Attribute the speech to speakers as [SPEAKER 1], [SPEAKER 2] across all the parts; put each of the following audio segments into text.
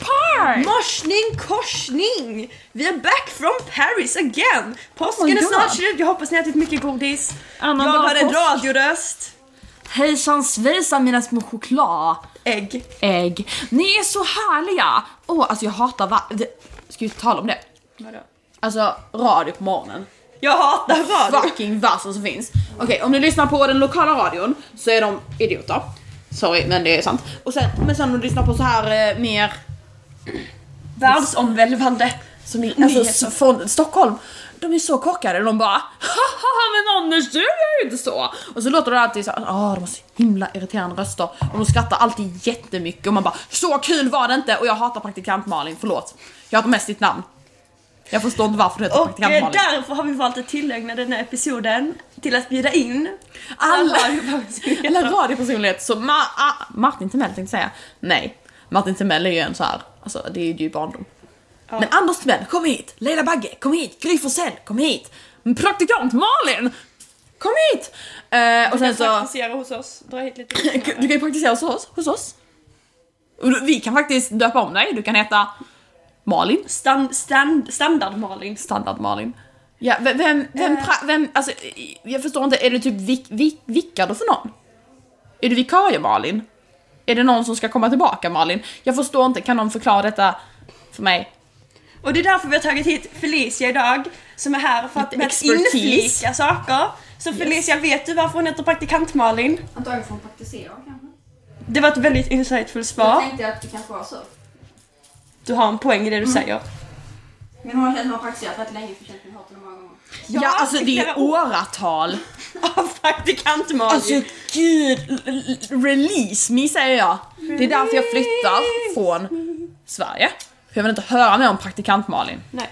[SPEAKER 1] Alright.
[SPEAKER 2] Morsning korsning! Vi är back from Paris again! Påsken
[SPEAKER 1] Oj
[SPEAKER 2] är
[SPEAKER 1] då.
[SPEAKER 2] snart slut, jag hoppas ni har ätit mycket godis.
[SPEAKER 1] Oh Annan
[SPEAKER 2] jag
[SPEAKER 1] dag
[SPEAKER 2] har en
[SPEAKER 1] påsk.
[SPEAKER 2] radioröst.
[SPEAKER 1] Hejsan svejsan mina små chokladägg.
[SPEAKER 2] Ägg.
[SPEAKER 1] Ni är så härliga! Åh, alltså jag hatar va... det- Ska vi tala om det? Alltså radio på morgonen.
[SPEAKER 2] Jag hatar radio.
[SPEAKER 1] Fucking värsta som finns. Okej, om ni lyssnar på den lokala radion så är de idioter. Sorry, men det är sant. Och sen, men sen om du lyssnar på så här eh, mer...
[SPEAKER 2] Världsomvälvande.
[SPEAKER 1] Som ni,
[SPEAKER 2] Nyheter.
[SPEAKER 1] alltså s- från Stockholm. De är så korkade, de bara Haha men Anders du är ju inte så! Och så låter det alltid så här, ah de har så himla irriterande röster och de skrattar alltid jättemycket och man bara så kul var det inte och jag hatar praktikant Malin, förlåt. Jag hatar mest ditt namn. Jag förstår inte varför du heter
[SPEAKER 2] Och
[SPEAKER 1] praktikant
[SPEAKER 2] eh,
[SPEAKER 1] Malin.
[SPEAKER 2] därför har vi valt att tillägna den här episoden till att bjuda in
[SPEAKER 1] Alla-
[SPEAKER 2] radiopersonligheter.
[SPEAKER 1] Eller radiopersonlighet som Ma- ah, Martin Timell tänkte säga. Nej, Martin Timell är ju en så här, alltså det är ju barndom. Men Anders Timell, kom hit! Leila Bagge, kom hit! Gry Forssell, kom hit! Praktikant Malin, kom hit! Eh, och sen
[SPEAKER 2] Sen
[SPEAKER 1] så,
[SPEAKER 2] Praktisera hos oss, dra hit lite.
[SPEAKER 1] du kan ju praktisera hos oss, hos oss. Och du- Vi kan faktiskt döpa om dig, du kan heta Malin.
[SPEAKER 2] Stan, stan, standard Malin.
[SPEAKER 1] Standard Malin. Ja, vem, vem, vem,
[SPEAKER 2] Eh.
[SPEAKER 1] pra- vem, alltså eh, jag förstår inte, är du typ vik, vik, vickar du för någon? Är du vikarie Malin? Är det någon som ska komma tillbaka Malin? Jag förstår inte, kan någon förklara detta för mig?
[SPEAKER 2] Och det är därför vi har tagit hit Felicia idag, som är här för att,
[SPEAKER 1] Lite
[SPEAKER 2] med att
[SPEAKER 1] expertis.
[SPEAKER 2] inflika saker. Så Felicia, vet du varför hon heter praktikant Malin?
[SPEAKER 3] Antagligen får hon praktisera kanske.
[SPEAKER 2] Det var ett väldigt insightful
[SPEAKER 3] Jag
[SPEAKER 2] svar.
[SPEAKER 3] tänkte att det kanske var så.
[SPEAKER 2] Du har en poäng i det du
[SPEAKER 1] Mm.
[SPEAKER 2] säger.
[SPEAKER 3] Men hon har hon har praktiserat rätt länge för Kjell har hört henne många gånger.
[SPEAKER 1] Ja, alltså det är åratal.
[SPEAKER 2] Av praktikant Malin.
[SPEAKER 1] Alltså gud, l- l- release me säger jag. Det är därför jag flyttar från Sverige. För jag vill inte höra mer om praktikant Malin.
[SPEAKER 2] Nej.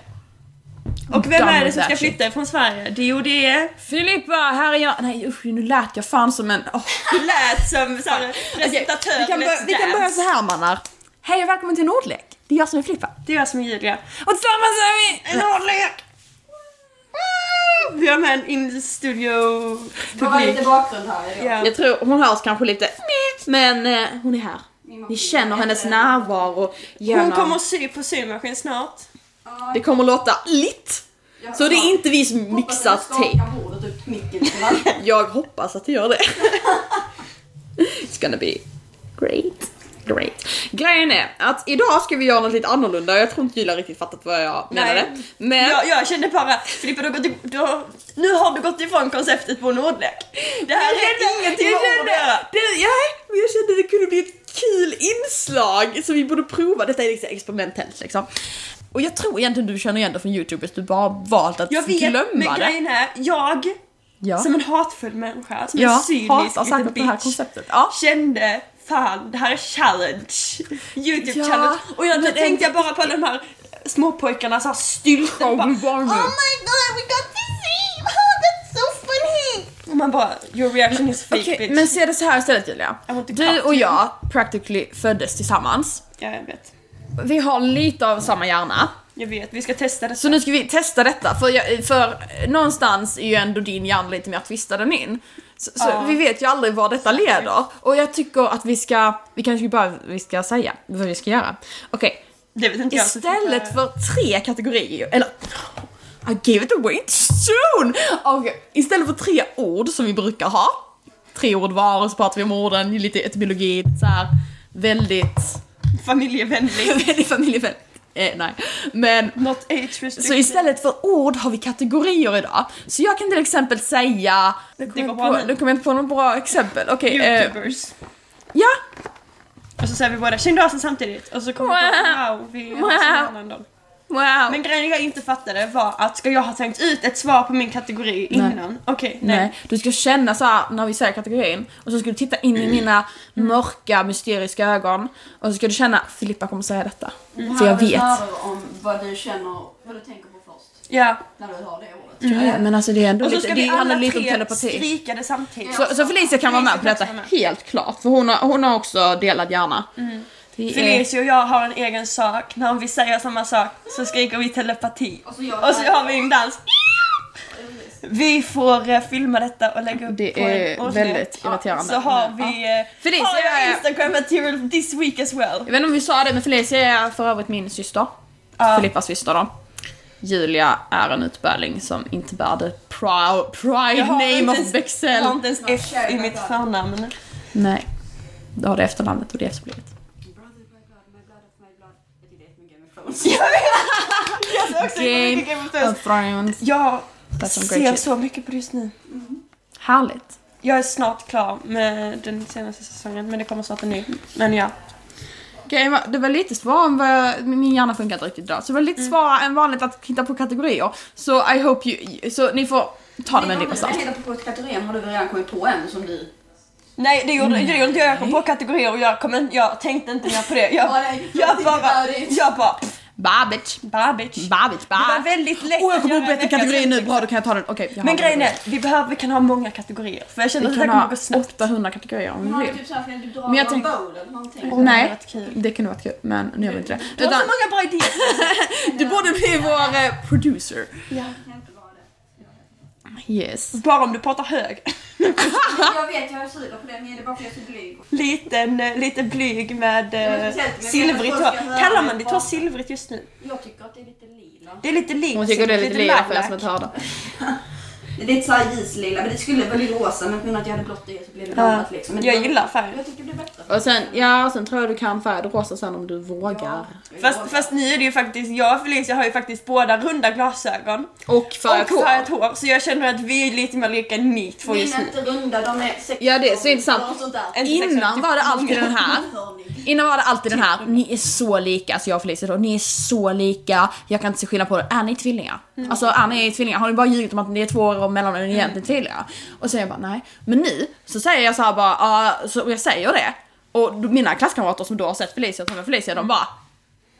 [SPEAKER 2] Och vem
[SPEAKER 1] Done
[SPEAKER 2] är det
[SPEAKER 1] with
[SPEAKER 2] som ska
[SPEAKER 1] that shit.
[SPEAKER 2] flytta från Sverige? Det- Jo, det är...
[SPEAKER 1] Filippa, här är jag. Nej usch, nu lät jag fan som en... åh.
[SPEAKER 2] Du lät som såhär
[SPEAKER 1] Okej,
[SPEAKER 2] presentatör
[SPEAKER 1] Alltså, vi, kan
[SPEAKER 2] Let's
[SPEAKER 1] börja, vi kan
[SPEAKER 2] Dance.
[SPEAKER 1] börja så här mannar. Hej och välkommen till Nordlek. Det är jag som är Filippa.
[SPEAKER 2] Det är jag som är Julia.
[SPEAKER 1] Och tillsammans är vi...
[SPEAKER 2] En hårdlek! Vi har med en in-studio
[SPEAKER 3] Det var
[SPEAKER 2] publik.
[SPEAKER 3] lite bakgrund här idag.
[SPEAKER 2] Ja.
[SPEAKER 1] Jag tror hon hörs kanske lite men eh, hon är här.
[SPEAKER 3] Min mamma-
[SPEAKER 1] Ni känner hennes närvaro genom...
[SPEAKER 2] Hon kommer sy på symaskin snart.
[SPEAKER 3] Ja,
[SPEAKER 1] Det kommer låta litt.
[SPEAKER 3] jag
[SPEAKER 1] Så det är inte vi som
[SPEAKER 3] Hoppas att
[SPEAKER 1] mixat
[SPEAKER 3] den skakar
[SPEAKER 1] tape.
[SPEAKER 3] bordet upp micken till varandra.
[SPEAKER 1] Jag hoppas att det gör det. It's gonna be great. Great. Grejen är att idag ska vi göra något lite annorlunda. Jag tror inte Julia riktigt fattat vad jag menade.
[SPEAKER 2] Nej.
[SPEAKER 1] Men
[SPEAKER 2] Jag, jag kände bara, Filippa du har gått, i- du har, nu har du gått ifrån konceptet på Nordlek. Det här är ingenting med ord att göra.
[SPEAKER 1] det, nej, men jag kände det kunde bli ett kul inslag som vi borde prova. Detta är liksom experimentellt liksom. Och jag tror egentligen du känner igen det från Youtube, du bara har valt att
[SPEAKER 2] Jag vet,
[SPEAKER 1] glömma
[SPEAKER 2] men
[SPEAKER 1] det.
[SPEAKER 2] grejen är, jag
[SPEAKER 1] Ja.
[SPEAKER 2] som en hatfull människa, som en
[SPEAKER 1] jag
[SPEAKER 2] cynisk
[SPEAKER 1] hatar
[SPEAKER 2] liten
[SPEAKER 1] säkert det här
[SPEAKER 2] bitch,
[SPEAKER 1] konceptet. Ja.
[SPEAKER 2] kände fan det här är challenge. Youtube
[SPEAKER 1] Ja,
[SPEAKER 2] challenge. Och jag, då
[SPEAKER 1] men
[SPEAKER 2] tänkte jag bara på de här småpojkarna såhär stylten och bara
[SPEAKER 1] Show me warning.
[SPEAKER 2] Oh my god we got this dream! Oh, that's so funny! Och man bara your reaction is fake
[SPEAKER 1] Okej,
[SPEAKER 2] bitch.
[SPEAKER 1] men se det så här istället Julia.
[SPEAKER 2] Jag måste
[SPEAKER 1] Du
[SPEAKER 2] cut
[SPEAKER 1] och
[SPEAKER 2] you.
[SPEAKER 1] jag practically föddes tillsammans.
[SPEAKER 2] Ja jag vet.
[SPEAKER 1] Vi har lite av samma hjärna.
[SPEAKER 2] Jag vet, vi ska testa det.
[SPEAKER 1] Så nu ska vi testa detta, för, jag, för någonstans är ju ändå din hjärna lite mer twistad än min. Så, så
[SPEAKER 2] Ja.
[SPEAKER 1] vi vet ju aldrig vad detta leder. Och jag tycker att vi ska, vi kanske bara vi ska säga vad vi ska göra. Okej,
[SPEAKER 2] Det vet inte jag. så typ, eh,
[SPEAKER 1] istället
[SPEAKER 2] fick
[SPEAKER 1] för tre kategorier, eller I gave it away too soon! Okej, istället för tre ord som vi brukar ha, tre ord var och så pratar vi om orden, lite etymologi, så här väldigt,
[SPEAKER 2] jag- Familjevänlig.
[SPEAKER 1] väldigt familjevänligt. Eh, nej, men
[SPEAKER 2] Not age restricted.
[SPEAKER 1] så istället för ord har vi kategorier idag. Så jag kan till exempel säga... Nu
[SPEAKER 2] Det
[SPEAKER 1] kommer
[SPEAKER 2] går
[SPEAKER 1] jag,
[SPEAKER 2] bra
[SPEAKER 1] på-
[SPEAKER 2] nu.
[SPEAKER 1] nu kommer jag inte på något bra exempel. Okej, eh,
[SPEAKER 2] Youtubers.
[SPEAKER 1] ja.
[SPEAKER 2] Och så säger vi båda kände av sig samtidigt och så kommer vi på wow, vi alltså har så nära ändå.
[SPEAKER 1] Wow.
[SPEAKER 2] Men grejen jag inte fattade var att ska jag ha tänkt ut ett svar på min kategori innan? Okej, nej.
[SPEAKER 1] nej. du ska känna så här när vi säger kategorin och så ska du titta in i mina
[SPEAKER 2] Mm.
[SPEAKER 1] mörka mysteriska ögon och så ska du känna Filippa kommer säga detta.
[SPEAKER 2] Mm,
[SPEAKER 1] För jag vet.
[SPEAKER 3] Här handlar det om vad du känner, vad du tänker på först.
[SPEAKER 2] Ja.
[SPEAKER 3] När du hör det ordet.
[SPEAKER 1] Ja, ja, Men alltså det är ändå
[SPEAKER 2] Och så
[SPEAKER 1] lite,
[SPEAKER 2] ska
[SPEAKER 1] det
[SPEAKER 2] vi alla
[SPEAKER 1] handlar lite om
[SPEAKER 2] tre
[SPEAKER 1] telepati.
[SPEAKER 2] skrika det samtidigt.
[SPEAKER 1] Så, så Felicia kan vara med på
[SPEAKER 2] Felicia
[SPEAKER 1] detta
[SPEAKER 2] kan vara med. Mm.
[SPEAKER 1] helt klart för hon har, hon har också delad hjärna. Det är-
[SPEAKER 2] Felicia och jag har en egen sak, när vi säger samma sak så skriker vi telepati.
[SPEAKER 3] Och så gör vi-
[SPEAKER 2] Och så har vi en dans.
[SPEAKER 3] Ja, precis.
[SPEAKER 2] Vi får eh, filma detta och lägga upp
[SPEAKER 1] Det
[SPEAKER 2] på
[SPEAKER 1] är
[SPEAKER 2] en ordning.
[SPEAKER 1] väldigt irriterande.
[SPEAKER 2] Så har vi,
[SPEAKER 1] Ja.
[SPEAKER 2] eh,
[SPEAKER 1] Felicia
[SPEAKER 2] har vi
[SPEAKER 1] är-
[SPEAKER 2] Instagram material this week as well.
[SPEAKER 1] Jag vet inte om vi sa det, men Felicia är för övrigt min syster.
[SPEAKER 2] Ja.
[SPEAKER 1] Filippas syster då. Julia är en utböling som inte bär det prou- pride
[SPEAKER 2] Jag har
[SPEAKER 1] name
[SPEAKER 2] inte
[SPEAKER 1] of
[SPEAKER 2] ens-
[SPEAKER 1] Bexell.
[SPEAKER 2] Jag har inte ens F i mitt
[SPEAKER 3] Brother.
[SPEAKER 2] förnamn.
[SPEAKER 1] Nej. Du har det efternamnet och det är efterblivet.
[SPEAKER 3] Brother by blood, my blood of my blood. Jag tycker det är ett med Game of Thrones.
[SPEAKER 2] Jag ser också hur mycket Game of Thrones.
[SPEAKER 1] Thrones.
[SPEAKER 2] Jag
[SPEAKER 1] That's some great
[SPEAKER 2] ser
[SPEAKER 1] shit.
[SPEAKER 2] så mycket på det just nu.
[SPEAKER 1] Härligt.
[SPEAKER 2] Jag är snart klar med den senaste säsongen, men det kommer snart en ny. Men ja.
[SPEAKER 1] Okej, va- det var lite svårare än vad jag, min hjärna funkar inte riktigt idag. Så det var lite
[SPEAKER 2] Mm.
[SPEAKER 1] svårare än vanligt att hitta på kategorier. Så I hope you... Så ni får ta det med en nypa salt.
[SPEAKER 3] Jag hittar på kategorin har du väl redan kommit på en som du...
[SPEAKER 2] Nej, det gjorde, det gjorde inte jag. Jag kom på kategorier och jag, kom in, jag tänkte inte mer på det. Jag,
[SPEAKER 3] Ja, nej,
[SPEAKER 2] jag
[SPEAKER 3] jag
[SPEAKER 2] bara...
[SPEAKER 3] tänkte about it.
[SPEAKER 2] Jag bara...
[SPEAKER 1] Babbage.
[SPEAKER 2] Bah, bitch.
[SPEAKER 1] Babbage,
[SPEAKER 2] Det
[SPEAKER 1] ba.
[SPEAKER 2] var väldigt lätt
[SPEAKER 1] Åh, jag
[SPEAKER 2] att
[SPEAKER 1] kom på
[SPEAKER 2] göra en
[SPEAKER 1] bättre
[SPEAKER 2] vecka
[SPEAKER 1] kategori nu.
[SPEAKER 2] sedan.
[SPEAKER 1] Bra, då kan jag ta den. Okej, jag har
[SPEAKER 2] Men
[SPEAKER 1] en
[SPEAKER 2] grejen är,
[SPEAKER 1] kategori.
[SPEAKER 2] vi, behöver, vi kan ha många kategorier. För jag känner att
[SPEAKER 1] Vi
[SPEAKER 2] det här
[SPEAKER 1] kan
[SPEAKER 2] kommer gå
[SPEAKER 1] ha
[SPEAKER 2] snabbt.
[SPEAKER 1] 800 kategorier om
[SPEAKER 3] Har
[SPEAKER 1] vi
[SPEAKER 3] du
[SPEAKER 1] vill.
[SPEAKER 3] typ såhär att du drar
[SPEAKER 1] Mm. Men jag
[SPEAKER 3] någon
[SPEAKER 1] tänk-
[SPEAKER 3] bowl eller någonting?
[SPEAKER 2] det hade
[SPEAKER 1] Nej,
[SPEAKER 2] varit kul.
[SPEAKER 1] det kunde varit kul. Men nu gör vi inte det.
[SPEAKER 2] Du har
[SPEAKER 1] Utan,
[SPEAKER 2] så många bra idéer.
[SPEAKER 1] du borde bli vår eh, producer. Mm.
[SPEAKER 2] Ja.
[SPEAKER 3] Jag kan inte vara det.
[SPEAKER 1] Yes.
[SPEAKER 2] Bara om du pratar hög.
[SPEAKER 3] Jag vet, jag suger på det men det är bara för att jag är så blyg.
[SPEAKER 2] Liten, eh, lite blyg med
[SPEAKER 3] är
[SPEAKER 2] eh,
[SPEAKER 3] speciellt, men
[SPEAKER 2] silvrigt
[SPEAKER 3] jag vet inte
[SPEAKER 2] hår.
[SPEAKER 3] vad jag ska höra
[SPEAKER 2] Kallar
[SPEAKER 3] mig
[SPEAKER 2] man ditt
[SPEAKER 3] på.
[SPEAKER 2] hår silvrigt just nu?
[SPEAKER 3] Jag tycker att det är lite lila.
[SPEAKER 2] Det är lite lila.
[SPEAKER 1] Hon tycker det är lite lila för jag som
[SPEAKER 2] lilac.
[SPEAKER 1] inte hörde.
[SPEAKER 3] Det är lite såhär islila, men det skulle vara lite rosa men på grund av att jag hade blått i så blev det
[SPEAKER 2] Ja.
[SPEAKER 3] blandat liksom. Men
[SPEAKER 2] Jag
[SPEAKER 3] det-
[SPEAKER 2] gillar färgen.
[SPEAKER 3] Jag tycker det är bättre.
[SPEAKER 1] Och sen, ja, sen tror jag du kan färg rosa sen om du vågar.
[SPEAKER 2] Fast, fast nu är det ju faktiskt, jag och Felicia har ju faktiskt båda runda glasögon.
[SPEAKER 1] Och färgat
[SPEAKER 2] och färgat
[SPEAKER 1] hår.
[SPEAKER 2] hår. Så jag känner att vi är lite mer lika ni två
[SPEAKER 3] Mina
[SPEAKER 2] just
[SPEAKER 3] är
[SPEAKER 2] nu.
[SPEAKER 3] inte runda, de är 16
[SPEAKER 1] Ja, det är så intressant.
[SPEAKER 3] och sånt där.
[SPEAKER 2] En-
[SPEAKER 1] Innan var det alltid den här.
[SPEAKER 3] Hörni.
[SPEAKER 1] Innan var det alltid den här, ni är så lika, alltså jag och Felicia då, ni är så lika, jag kan inte se skillnad på det. Är ni tvillingar?
[SPEAKER 2] Mm.
[SPEAKER 1] Alltså är ni tvillingar? Har ni bara ljugit om att ni är två år mellan och ni är egentligen tvillingar? Och så är jag bara nej. Men nu så säger jag så här bara, "Ah", så och jag säger det. Och då- mina klasskamrater som då har sett Felicia och träffat Felicia, de bara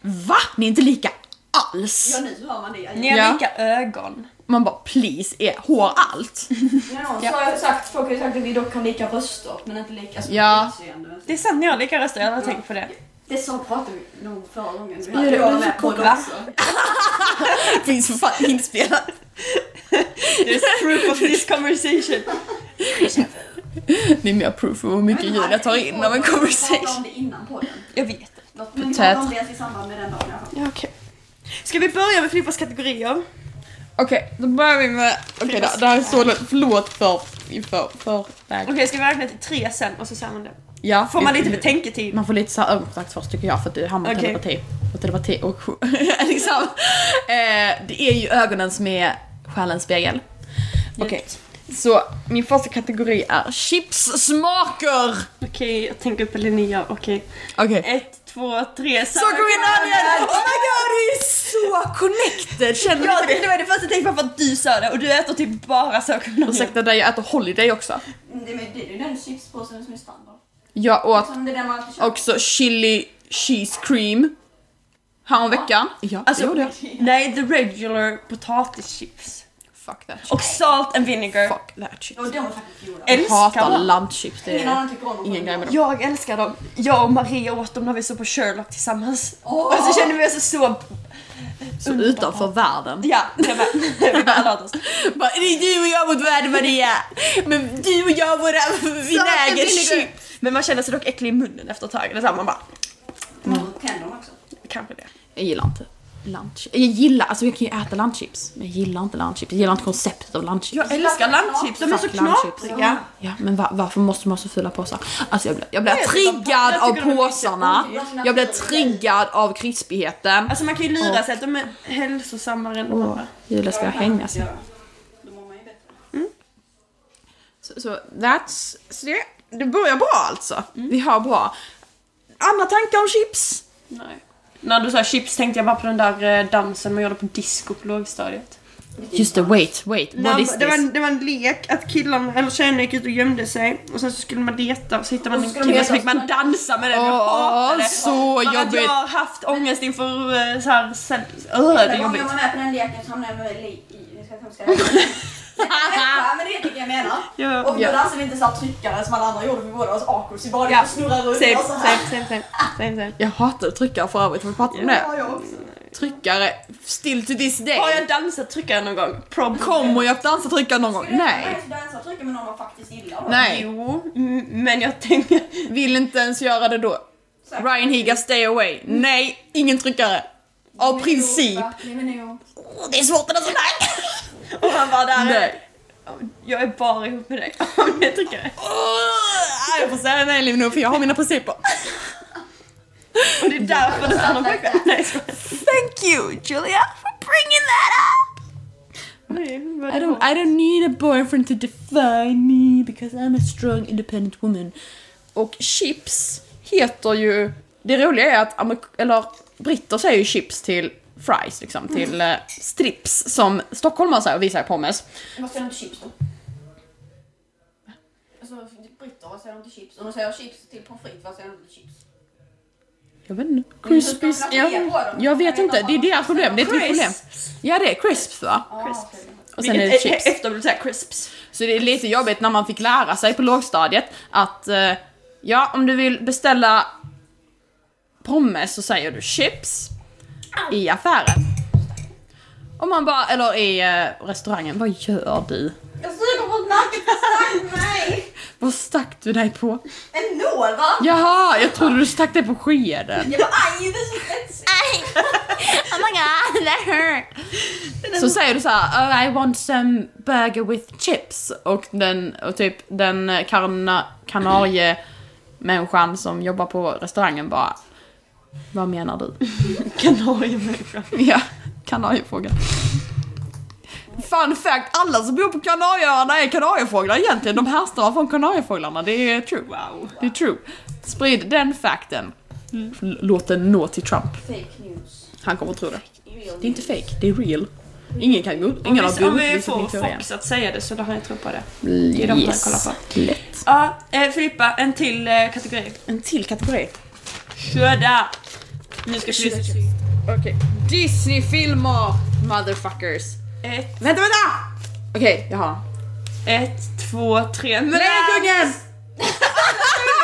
[SPEAKER 1] VA? Ni är inte lika
[SPEAKER 3] Ja,
[SPEAKER 1] alls?
[SPEAKER 3] nu har man det.
[SPEAKER 2] Ni har
[SPEAKER 1] Ja.
[SPEAKER 2] lika ögon.
[SPEAKER 1] Man bara please, är hår allt?
[SPEAKER 3] Men någon så har jag sagt, folk har ju sagt att vi dock har lika röster men inte lika alltså,
[SPEAKER 1] Ja.
[SPEAKER 3] utseende.
[SPEAKER 2] Det är sant, ni har lika röster. Jag har aldrig tänkt på det.
[SPEAKER 3] Det sa pratade vi nog förra gången. Vi
[SPEAKER 1] Ja, det
[SPEAKER 3] hade jag
[SPEAKER 1] var
[SPEAKER 3] med
[SPEAKER 1] så
[SPEAKER 3] på
[SPEAKER 1] kort,
[SPEAKER 3] det
[SPEAKER 2] va?
[SPEAKER 3] också.
[SPEAKER 1] Det finns för fan inspelat.
[SPEAKER 2] Det är proof of this conversation.
[SPEAKER 1] Det är mer proof av hur mycket ljud jag tar in av en
[SPEAKER 3] Vi pratade
[SPEAKER 1] conversation.
[SPEAKER 3] om det innan podden.
[SPEAKER 2] Jag vet.
[SPEAKER 3] Något- Men vi pratade om det i samband med den dagen i alla fall.
[SPEAKER 2] Ja, okej. Ska vi börja med Filippas kategorier?
[SPEAKER 1] Okej, då börjar vi med... Okej, det, det här är så lätt. Förlåt för... för, för nej.
[SPEAKER 2] Okej, ska vi räkna till tre sen och så säger man det?
[SPEAKER 1] ja,
[SPEAKER 2] Får man lite
[SPEAKER 1] vi-
[SPEAKER 2] betänketid?
[SPEAKER 1] Man får lite så här ögonkontakt först tycker jag för att du hamnar på
[SPEAKER 2] Okej.
[SPEAKER 1] telepati. Och telepati och liksom. Eh, det är ju ögonen som är själens spegel. Okej, så min första kategori är chipssmaker!
[SPEAKER 2] Okej, jag tänker på Linnea. Okej.
[SPEAKER 1] Okej.
[SPEAKER 2] Ett, två, tre.
[SPEAKER 1] Så går vi in i ögonen! Oh my god, det är så connected! Känner
[SPEAKER 2] Ja,
[SPEAKER 1] du inte
[SPEAKER 2] det, det
[SPEAKER 1] det?
[SPEAKER 2] var det första jag tänkte på för att du sa det och du äter typ bara sockernötter.
[SPEAKER 1] Ursäkta dig, jag äter Holiday också.
[SPEAKER 3] Mm, Det är det är ju den chipspåsen som är standard.
[SPEAKER 1] Jag åt
[SPEAKER 3] Som det är den man alltid köper.
[SPEAKER 1] också chili cheese cream häromveckan. Ja,
[SPEAKER 2] Alltså,
[SPEAKER 1] det gjorde jag.
[SPEAKER 2] Nej, the regular potatischips.
[SPEAKER 1] Fuck that shit.
[SPEAKER 2] Och salt and vinegar.
[SPEAKER 1] Fuck that shit.
[SPEAKER 3] Och de var faktiskt goda.
[SPEAKER 2] Älskar
[SPEAKER 1] Hatar
[SPEAKER 2] dem.
[SPEAKER 1] lampchips. Det
[SPEAKER 3] Ingen
[SPEAKER 1] är
[SPEAKER 3] annan tycker om dem.
[SPEAKER 1] ingen grej med dem.
[SPEAKER 2] Jag älskar dem. Jag och Maria åt dem när vi såg på Sherlock tillsammans.
[SPEAKER 3] Åh!
[SPEAKER 2] Och så kände vi oss så...
[SPEAKER 1] Så utanför världen.
[SPEAKER 2] Ja, det var, vi bara lade oss.
[SPEAKER 1] Bara, det är du och jag mot världen Maria. Men du och jag våra vinägerchips.
[SPEAKER 2] Men man känner sig dock äcklig i munnen efter ett tag. Det är så här, man bara,
[SPEAKER 3] Mm. Tänderna också.
[SPEAKER 2] kanske det.
[SPEAKER 1] Jag gillar inte lampchips. Jag gillar, alltså jag kan ju äta lampchips. Men jag gillar inte lampchips. Jag gillar inte konceptet av lampchips.
[SPEAKER 2] Jag älskar lampchips, de är så
[SPEAKER 1] Fuck lampchips.
[SPEAKER 2] knapriga.
[SPEAKER 1] Ja, men va- varför måste man ha så fula påsar? Alltså jag blir, jag blir
[SPEAKER 2] Jag vet inte,
[SPEAKER 1] triggad
[SPEAKER 2] jag
[SPEAKER 1] av
[SPEAKER 2] tycker de är
[SPEAKER 1] påsarna.
[SPEAKER 3] riktigt otroliga.
[SPEAKER 1] Jag blir triggad av krispigheten.
[SPEAKER 2] Alltså man kan ju lura sig att de är hälsosammare än de
[SPEAKER 1] Åh,
[SPEAKER 2] andra.
[SPEAKER 1] Julia ska hänga sig.
[SPEAKER 3] Då mår man ju bättre.
[SPEAKER 1] Så, så that's... Så det, det börjar bra alltså. Vi har bra. Andra tankar om chips?
[SPEAKER 2] Nej. När du sa chips tänkte jag bara på den där eh, dansen man gjorde på disco på lågstadiet.
[SPEAKER 1] Just det, wait, wait. What is
[SPEAKER 2] det, var
[SPEAKER 1] this?
[SPEAKER 2] en, det var en lek att killarna, eller tjejerna gick ut och gömde sig och sen så skulle man leta och så hittade man
[SPEAKER 3] Och så
[SPEAKER 2] en
[SPEAKER 3] skulle de
[SPEAKER 2] kille
[SPEAKER 3] leta
[SPEAKER 2] så fick
[SPEAKER 3] och så
[SPEAKER 2] man dansa med den. Jag hatar
[SPEAKER 1] Åh,
[SPEAKER 2] det.
[SPEAKER 1] så
[SPEAKER 2] För att jag
[SPEAKER 1] jobbigt.
[SPEAKER 2] har haft ångest inför eh, så här, sen, öh, det är
[SPEAKER 3] Varje gång
[SPEAKER 2] jobbigt.
[SPEAKER 3] jag var med på den leken så hamnade jag med i... i- Nu ska jag ska jag Ja, men det tycker jag menar.
[SPEAKER 2] Ja.
[SPEAKER 3] Och då
[SPEAKER 1] Ja.
[SPEAKER 3] dansade vi inte såhär tryckare som alla andra gjorde för vi båda var så awkwards i badet
[SPEAKER 2] Ja.
[SPEAKER 3] och snurrade runt
[SPEAKER 2] Same,
[SPEAKER 3] och så här.
[SPEAKER 2] same, same, same, same, same.
[SPEAKER 1] Jag hatar tryckare för övrigt, har vi pratat om
[SPEAKER 3] Det
[SPEAKER 1] det?
[SPEAKER 3] har jag också.
[SPEAKER 1] tryckare still to this day.
[SPEAKER 2] Har jag dansat tryckare någon gång? Prob
[SPEAKER 1] Kommer jag att dansa tryckare någon gång?
[SPEAKER 3] Skulle du
[SPEAKER 1] Nej.
[SPEAKER 3] ens dansa och trycka med någon man faktiskt gillar?
[SPEAKER 1] Nej.
[SPEAKER 2] Jo, m- men jag tänker...
[SPEAKER 1] Vill inte ens göra det då.
[SPEAKER 3] Så här.
[SPEAKER 1] Ryan Higa, stay away. Nej, ingen tryckare. Av
[SPEAKER 3] Lemonade,
[SPEAKER 1] princip.
[SPEAKER 3] va? Lemonade.
[SPEAKER 1] Åh, Det är svårt med en sån här.
[SPEAKER 2] Om han bara där...
[SPEAKER 1] Nej.
[SPEAKER 2] Jag är bara ihop med dig om jag är tryckare.
[SPEAKER 1] Åh, jag får säga nej Liv nu för jag har mina principer.
[SPEAKER 2] Och det är därför det stannar på sjön. Nej, jag skojar.
[SPEAKER 1] Thank you Julia for bringing that up.
[SPEAKER 2] Nej, vad
[SPEAKER 1] I
[SPEAKER 2] är det?
[SPEAKER 1] don't, I don't need a boyfriend to define me because I'm a strong independent woman. Och chips heter ju... Det roliga är att amer- eller, britter säger ju chips till fries liksom, till eh, strips som stockholmare säger, och vi säger pommes.
[SPEAKER 3] Vad säger de till chips då? Alltså britter, vad säger de till chips? Om de säger chips till pommes frites, vad säger de till chips?
[SPEAKER 1] Jag vet inte.
[SPEAKER 3] Men hur ska de
[SPEAKER 1] Crispies.
[SPEAKER 3] kunna få reda
[SPEAKER 1] Jag,
[SPEAKER 3] på dem?
[SPEAKER 1] jag vet inte. Det är deras problem. Det är ett mitt problem.
[SPEAKER 2] Crisps.
[SPEAKER 1] Ja, det är crisps va?
[SPEAKER 3] Ah,
[SPEAKER 2] Crisps.
[SPEAKER 3] okej.
[SPEAKER 1] Och sen är det
[SPEAKER 2] Vilket-
[SPEAKER 1] chips.
[SPEAKER 2] Efter att du säger crisps.
[SPEAKER 1] Så det är lite jobbigt när man fick lära sig på lågstadiet att eh, ja, om du vill beställa pommes så säger du chips i affären. Och man bara, eller i eh, restaurangen, vad gör du?
[SPEAKER 3] Jag suger på snacket, stack mig!
[SPEAKER 1] Vad stack du dig på?
[SPEAKER 3] En nål va?
[SPEAKER 1] Jaha, jag trodde du stack dig på skeden.
[SPEAKER 3] Jag bara aj, det är så spetsigt!
[SPEAKER 1] Oh my god, that hurt! Så säger du så här, oh, I want some burger with chips. Och den, och typ den karna, kanarie människan som jobbar på restaurangen bara, vad menar du?
[SPEAKER 2] Kanariemänniska.
[SPEAKER 1] ja, kanariefågel. Fun fact, alla som bor på Kanarieöarna är kanariefåglar egentligen. De härstammar från kanariefåglarna, det är true.
[SPEAKER 2] Wow.
[SPEAKER 1] Det är true. Sprid den fakten. L- Låt den nå till Trump.
[SPEAKER 3] Fake news.
[SPEAKER 1] Han kommer att tro det.
[SPEAKER 3] Real
[SPEAKER 1] Det är inte fake, det är real. Ingen kan gå, ingen har
[SPEAKER 2] Om vi
[SPEAKER 1] motbevisat min
[SPEAKER 2] får
[SPEAKER 1] teori än.
[SPEAKER 2] Fox att säga det så då har jag tro på det.
[SPEAKER 1] Det
[SPEAKER 2] är de jag kollar
[SPEAKER 1] Lätt.
[SPEAKER 2] Ja, eh, Filippa, en till eh, kategori.
[SPEAKER 1] En till kategori.
[SPEAKER 2] Köda! Nu ska vi...
[SPEAKER 1] Okej. Disney-filmer, motherfuckers.
[SPEAKER 2] Ett,
[SPEAKER 1] Vänta, vänta! Okej, jaha.
[SPEAKER 2] ett, två, tre. Men-
[SPEAKER 1] Lejonkungen!
[SPEAKER 2] Vänta,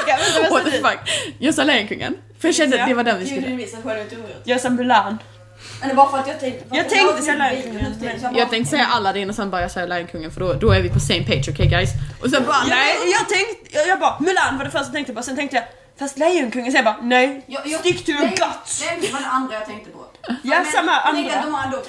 [SPEAKER 2] vänta, vänta.
[SPEAKER 1] What the fuck? Jag sa Lejonkungen. För jag kände att det var den vi
[SPEAKER 3] Gud,
[SPEAKER 1] skulle...
[SPEAKER 3] du visar själv inte ordet.
[SPEAKER 2] Jag sa Mulan.
[SPEAKER 3] Men det var för att jag tänkte...
[SPEAKER 2] Jag tänkte sälja den.
[SPEAKER 1] Jag tänkte säga Aladdin och sen bara jag säger Lejonkungen för då, då är vi på same page, okej guys? Och sen bara nej!
[SPEAKER 2] Jag, jag tänkte, jag, jag bara Mulan var det första jag tänkte på, sen tänkte jag Fast Lejonkungen, sen jag bara nej, stick to your guts!
[SPEAKER 3] Nej, det var det andra jag tänkte på.
[SPEAKER 2] Ja, samma andra.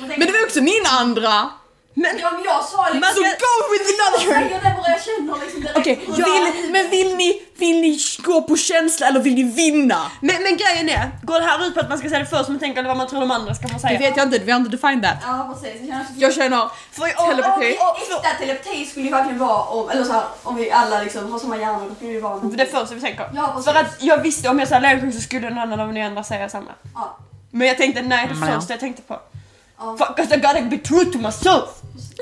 [SPEAKER 1] Men det var också min andra!
[SPEAKER 2] Men
[SPEAKER 3] Ja, men jag sa liksom...
[SPEAKER 2] Man
[SPEAKER 1] Så
[SPEAKER 2] ska-
[SPEAKER 1] go with the other!
[SPEAKER 3] Säga det bara jag känner liksom direkt.
[SPEAKER 1] Okej,
[SPEAKER 3] Och
[SPEAKER 1] vill, men vill ni, vill ni gå på känsla eller vill ni vinna?
[SPEAKER 2] Men, men grejen är, går det här ut på att man ska säga det först men tänka vad man tror de andra ska man
[SPEAKER 1] Det
[SPEAKER 2] säga?
[SPEAKER 1] vet jag inte, vi har inte defined that.
[SPEAKER 3] Ja, precis. Det känns...
[SPEAKER 1] Jag känner
[SPEAKER 2] Får jag- åh,
[SPEAKER 1] telepati.
[SPEAKER 2] åh, åh, förlåt.
[SPEAKER 3] Äkta telepati skulle ju verkligen vara om, eller så här, om vi alla liksom har samma hjärna, då skulle det ju vara...
[SPEAKER 2] Det är första vi tänker.
[SPEAKER 3] Ja, precis.
[SPEAKER 2] För att jag visste om jag sa Lejonkungen så skulle någon annan av ni andra säga samma.
[SPEAKER 3] Ja,
[SPEAKER 2] Men jag tänkte nej, det
[SPEAKER 1] Mm, ja.
[SPEAKER 2] första jag tänkte på.
[SPEAKER 3] ja.
[SPEAKER 2] Fuck, 'cause I gotta be true to myself!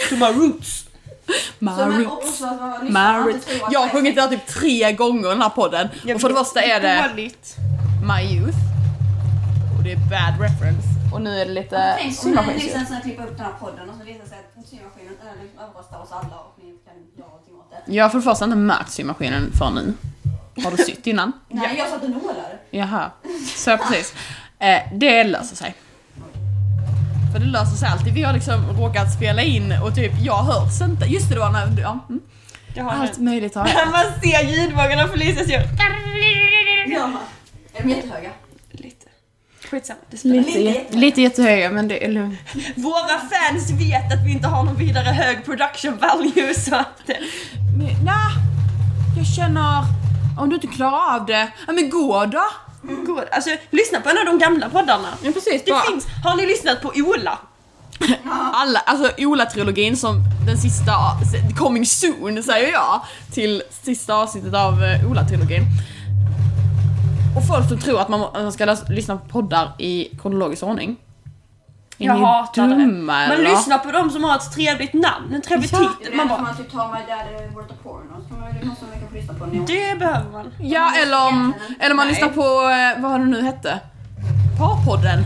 [SPEAKER 2] To my roots!
[SPEAKER 3] Så, men
[SPEAKER 1] Marit.
[SPEAKER 3] också att man lyssnar,
[SPEAKER 1] Marit.
[SPEAKER 3] inte tror att
[SPEAKER 1] Jag liksom, har
[SPEAKER 3] det är-
[SPEAKER 1] sjungit det här typ tre gånger i den här podden. Och för det första är det
[SPEAKER 2] Dåligt.
[SPEAKER 1] My Youth. Och det är bad reference. Och nu är det lite
[SPEAKER 3] Tänk om ni liksom sen klipper upp den här podden och så visar det sig att symaskinen är liksom överröstar oss alla och ni inte kan göra någonting åt det.
[SPEAKER 1] Jag har för det första inte märkt symaskinen förrän nu. Har du sytt innan?
[SPEAKER 3] Nej, jag satte nålar.
[SPEAKER 1] Jaha. Så jag precis. Eh, det löser sig. För det löser sig alltid. Vi har liksom råkat spela in och typ jag hörs inte. Just det, det var när... Ja. Mm.
[SPEAKER 2] Jag har
[SPEAKER 1] Allt
[SPEAKER 2] Allt.
[SPEAKER 1] möjligt har jag.
[SPEAKER 2] Man ser ljudvågorna Felicias gör.
[SPEAKER 3] Ja. Är de jättehöga?
[SPEAKER 2] Lite. Skitsamma, det spelar ingen roll.
[SPEAKER 1] Lite, lite jättehöga men det är lugnt.
[SPEAKER 2] Våra fans vet att vi inte har någon vidare hög production value så att... eh,
[SPEAKER 1] Men, nej, jag känner... Om du inte klarar av det, ja men gå då!
[SPEAKER 2] God. Alltså lyssna på en av de gamla poddarna.
[SPEAKER 1] Ja precis,
[SPEAKER 2] Det
[SPEAKER 1] bara
[SPEAKER 2] finns. Har ni lyssnat på Ola?
[SPEAKER 1] alla, alltså Ola-trilogin som den sista, coming soon säger jag, till sista avsnittet av eh, Ola-trilogin. Och folk som tror att man, att man ska läs, lyssna på poddar i kronologisk ordning. Är
[SPEAKER 2] Jag
[SPEAKER 1] ni
[SPEAKER 2] hatar det.
[SPEAKER 1] dumma,
[SPEAKER 2] Man
[SPEAKER 1] eller?
[SPEAKER 2] lyssnar på de som har ett trevligt namn, en trevlig
[SPEAKER 1] Ja.
[SPEAKER 3] Det
[SPEAKER 2] titel.
[SPEAKER 3] är
[SPEAKER 2] Man
[SPEAKER 3] man
[SPEAKER 2] bara,
[SPEAKER 3] man typ tar My Dad World of Porn och så kan man ju lyssna mycket på lyssna på den.
[SPEAKER 2] det behöver man.
[SPEAKER 1] Ja, eller om, eller om man
[SPEAKER 2] Nej.
[SPEAKER 1] lyssnar på, eh, vad var det nu hette? Parpodden.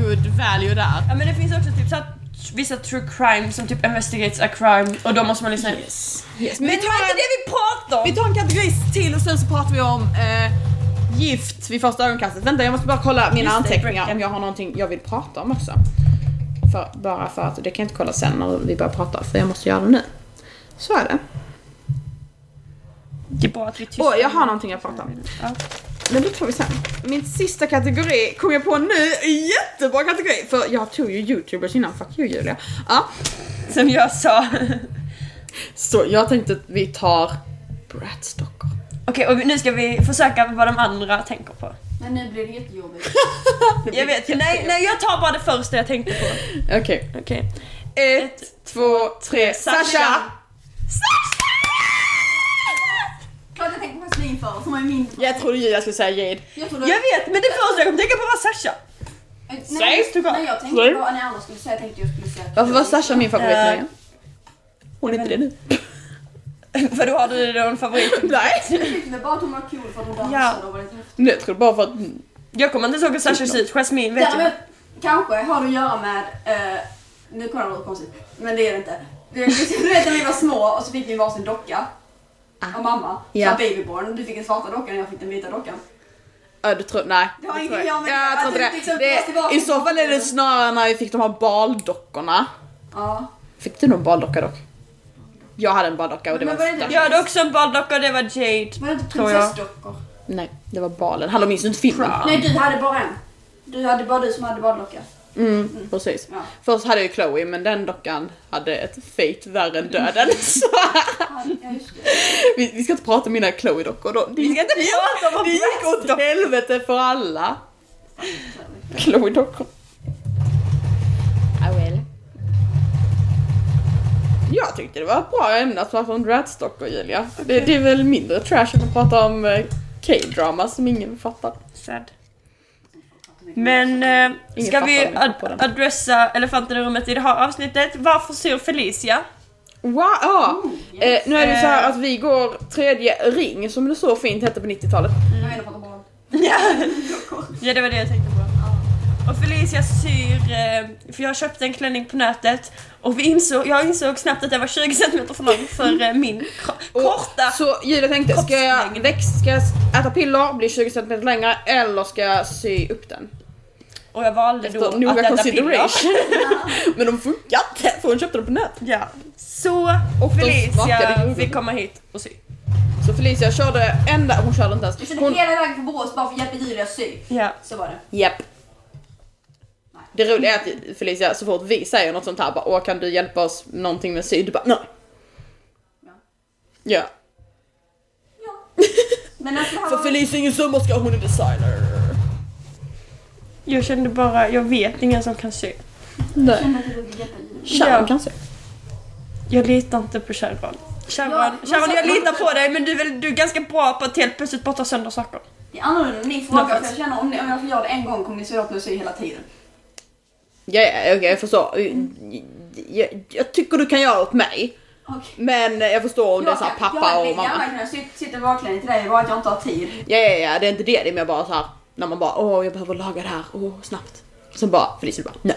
[SPEAKER 1] Good value där.
[SPEAKER 2] Ja men det finns också typ så att vissa true crime som typ investigates a crime och då måste man lyssna.
[SPEAKER 1] Yes.
[SPEAKER 2] Men det var inte det vi pratade om!
[SPEAKER 1] Vi tar en kategori till och sen så pratar vi om eh, gift vid första ögonkastet. Vänta jag måste bara kolla mina
[SPEAKER 2] Just det,
[SPEAKER 1] anteckningar
[SPEAKER 2] breaken.
[SPEAKER 1] om jag har någonting jag vill prata om också. För, bara för att, det kan jag inte kolla sen när vi börjar prata för jag måste göra det nu. Så är det.
[SPEAKER 2] Det är bra att vi är tysta.
[SPEAKER 1] Åh, jag har någonting jag pratar om.
[SPEAKER 2] Ja.
[SPEAKER 1] Men det tar vi sen. Min sista kategori kom jag på nu, jättebra kategori! För jag tog ju youtubers innan, fuck you Julia. Ja,
[SPEAKER 2] Som jag sa. Okej,
[SPEAKER 1] så jag tänkte att vi tar Bratstocker.
[SPEAKER 2] och nu ska vi försöka vad de andra tänker på.
[SPEAKER 3] Men nu blir det jättejobbigt.
[SPEAKER 2] Jag vet, nej, nej jag tar bara det första jag tänkte på.
[SPEAKER 1] Okej.
[SPEAKER 2] Okej.
[SPEAKER 1] Ett, två, tre,
[SPEAKER 2] Sasha!
[SPEAKER 1] Sasha!
[SPEAKER 3] Klart jag tänkte på svinförare som var min.
[SPEAKER 1] Jag trodde Julia skulle säga Jade.
[SPEAKER 3] Jag trodde...
[SPEAKER 2] Jag vet, men det första jag kom tänka på var Sasha.
[SPEAKER 3] Nej,
[SPEAKER 1] Säg,
[SPEAKER 3] Eh, nej,
[SPEAKER 2] tycker jag.
[SPEAKER 3] nej, jag
[SPEAKER 1] Säg.
[SPEAKER 3] tänkte på vad ni andra skulle säga. Jag tänkte jag skulle säga...
[SPEAKER 1] Varför var Sasha min favorit
[SPEAKER 2] Eh.
[SPEAKER 1] länge? Hon är inte det nu.
[SPEAKER 2] För då har du någon favorit.
[SPEAKER 1] Nej!
[SPEAKER 3] Jag tyckte bara att hon var cool för att hon
[SPEAKER 2] Ja.
[SPEAKER 3] dansade och var lite häftig.
[SPEAKER 1] Jag trodde bara för att...
[SPEAKER 2] Jag kommer inte ihåg hur Sasha ser ut, Jasmine vet jag.
[SPEAKER 3] Däremot kanske har det att göra med... eh, nu kommer det låta konstigt, men det är det inte. Du du vet när vi var små och så fick vi varsin docka av mamma.
[SPEAKER 1] Ah. Ja.
[SPEAKER 3] Ja. Babyborn. Du fick den svarta dockan och jag fick den vita dockan.
[SPEAKER 1] Ja, du tror... Nej.
[SPEAKER 3] Det har
[SPEAKER 1] tror
[SPEAKER 3] ingenting att göra med det.
[SPEAKER 1] Ja, jag tror inte
[SPEAKER 3] Att det liksom
[SPEAKER 1] det.
[SPEAKER 3] tas tillbaka
[SPEAKER 1] det. I så fall är det
[SPEAKER 3] till-
[SPEAKER 1] snarare när vi fick de här baldockorna.
[SPEAKER 3] Ja.
[SPEAKER 1] Fick du någon baldocka dock? Jag hade en baldocka och det
[SPEAKER 3] Men
[SPEAKER 1] var...
[SPEAKER 3] var det inte-
[SPEAKER 2] Jag hade också en badlocka och det var Jade.
[SPEAKER 3] Var det inte
[SPEAKER 2] Tror jag.
[SPEAKER 3] prinsessdockor?
[SPEAKER 1] Nej, det var balen. Hallå, minns du inte filmen?
[SPEAKER 3] Nej, du hade bara en. Du hade bara du som hade baddocka.
[SPEAKER 1] Mm, precis.
[SPEAKER 3] Ja.
[SPEAKER 1] Först hade jag ju Chloe, men den dockan hade ett fate värre än döden. Så
[SPEAKER 3] Ja, just det.
[SPEAKER 1] vi, vi ska inte prata om mina Chloe-dockor då.
[SPEAKER 2] Vi ska inte prata om vad
[SPEAKER 1] Det gick åt helvete för alla. Chloe-dockor. I will. Jag tyckte det var ett bra ämne att prata om Ratstock och Julia. Det, det är väl mindre trash än att prata om eh, K-drama som ingen fattar.
[SPEAKER 2] Sad. Men eh,
[SPEAKER 1] Ingen
[SPEAKER 2] ska vi
[SPEAKER 1] fattar mig
[SPEAKER 2] ad-
[SPEAKER 1] på den.
[SPEAKER 2] adressa elefanten i rummet i det här avsnittet? Varför syr Felicia?
[SPEAKER 1] Wow! ja.
[SPEAKER 3] yes.
[SPEAKER 1] eh, nu är det så här att vi går tredje ring som det så fint hette på 90-talet.
[SPEAKER 3] Jag har ändå pratat barn.
[SPEAKER 2] Ja, det var det jag tänkte på. Och Felicia syr, eh, för jag köpte en klänning på nätet och vi insåg, jag insåg snabbt att den var 20 cm för lång för eh, min kro-
[SPEAKER 1] Och
[SPEAKER 2] korta.
[SPEAKER 1] Så Julia tänkte, ska jag,
[SPEAKER 2] Kroppslängd.
[SPEAKER 1] växt, ska jag äta piller, bli 20 cm längre eller ska jag sy upp den?
[SPEAKER 2] Och jag valde då
[SPEAKER 1] Efter
[SPEAKER 2] att
[SPEAKER 1] noga
[SPEAKER 2] äta piller.
[SPEAKER 1] consideration. Men de funkar inte för hon köpte dem på nätet.
[SPEAKER 2] Ja. Så
[SPEAKER 1] Och de smakade
[SPEAKER 2] Felicia
[SPEAKER 1] jordgubbar.
[SPEAKER 2] fick komma hit och sy.
[SPEAKER 1] Så Felicia körde ända, hon körde inte
[SPEAKER 3] Vi
[SPEAKER 1] ens.
[SPEAKER 3] körde
[SPEAKER 1] Hon,
[SPEAKER 3] hela vägen från Borås bara för att hjälpa Julia sy.
[SPEAKER 2] Ja.
[SPEAKER 3] Så var det.
[SPEAKER 1] japp. Det roliga är att Felicia så fort vi säger något sånt här bara åh kan du hjälpa oss någonting med sy? Du bara nej.
[SPEAKER 3] Ja.
[SPEAKER 1] Ja.
[SPEAKER 3] Ja. Men alltså det här
[SPEAKER 1] För
[SPEAKER 3] var-
[SPEAKER 1] Felicia är ingen sömmerska, hon är designer.
[SPEAKER 2] Jag kände bara, jag vet ingen som kan sy.
[SPEAKER 3] Jag
[SPEAKER 1] Nej.
[SPEAKER 3] kände att det behövde hjälpa Julia.
[SPEAKER 1] Kärran kan sy.
[SPEAKER 2] Jag litar inte på Kärran.
[SPEAKER 3] Ja,
[SPEAKER 2] Kärran,
[SPEAKER 3] men
[SPEAKER 2] Kärran
[SPEAKER 3] så-
[SPEAKER 2] jag litar på dig men du, är väl- du är ganska bra på att helt plötsligt bara ta sönder saker.
[SPEAKER 3] Det är annorlunda när ni frågar
[SPEAKER 2] Något.
[SPEAKER 3] för jag känner om, ni, om jag får göra det en gång kommer ni säga åt mig att sy hela tiden.
[SPEAKER 1] Ja, ja, okej jag förstår. Jag, jag tycker du kan göra åt mig.
[SPEAKER 3] Okej.
[SPEAKER 1] Men jag förstår om det är
[SPEAKER 3] Jag
[SPEAKER 1] såhär
[SPEAKER 3] kan-
[SPEAKER 1] pappa och
[SPEAKER 3] Jag
[SPEAKER 1] mamma.
[SPEAKER 3] hade gärna kunnat sy- sitta i baklänning till dig bara att jag inte har tid.
[SPEAKER 1] Ja, ja, ja, det är inte det. Det är mer bara så här när man bara åh, jag behöver laga det här, åh, snabbt. Sen bara Felicia bara nej.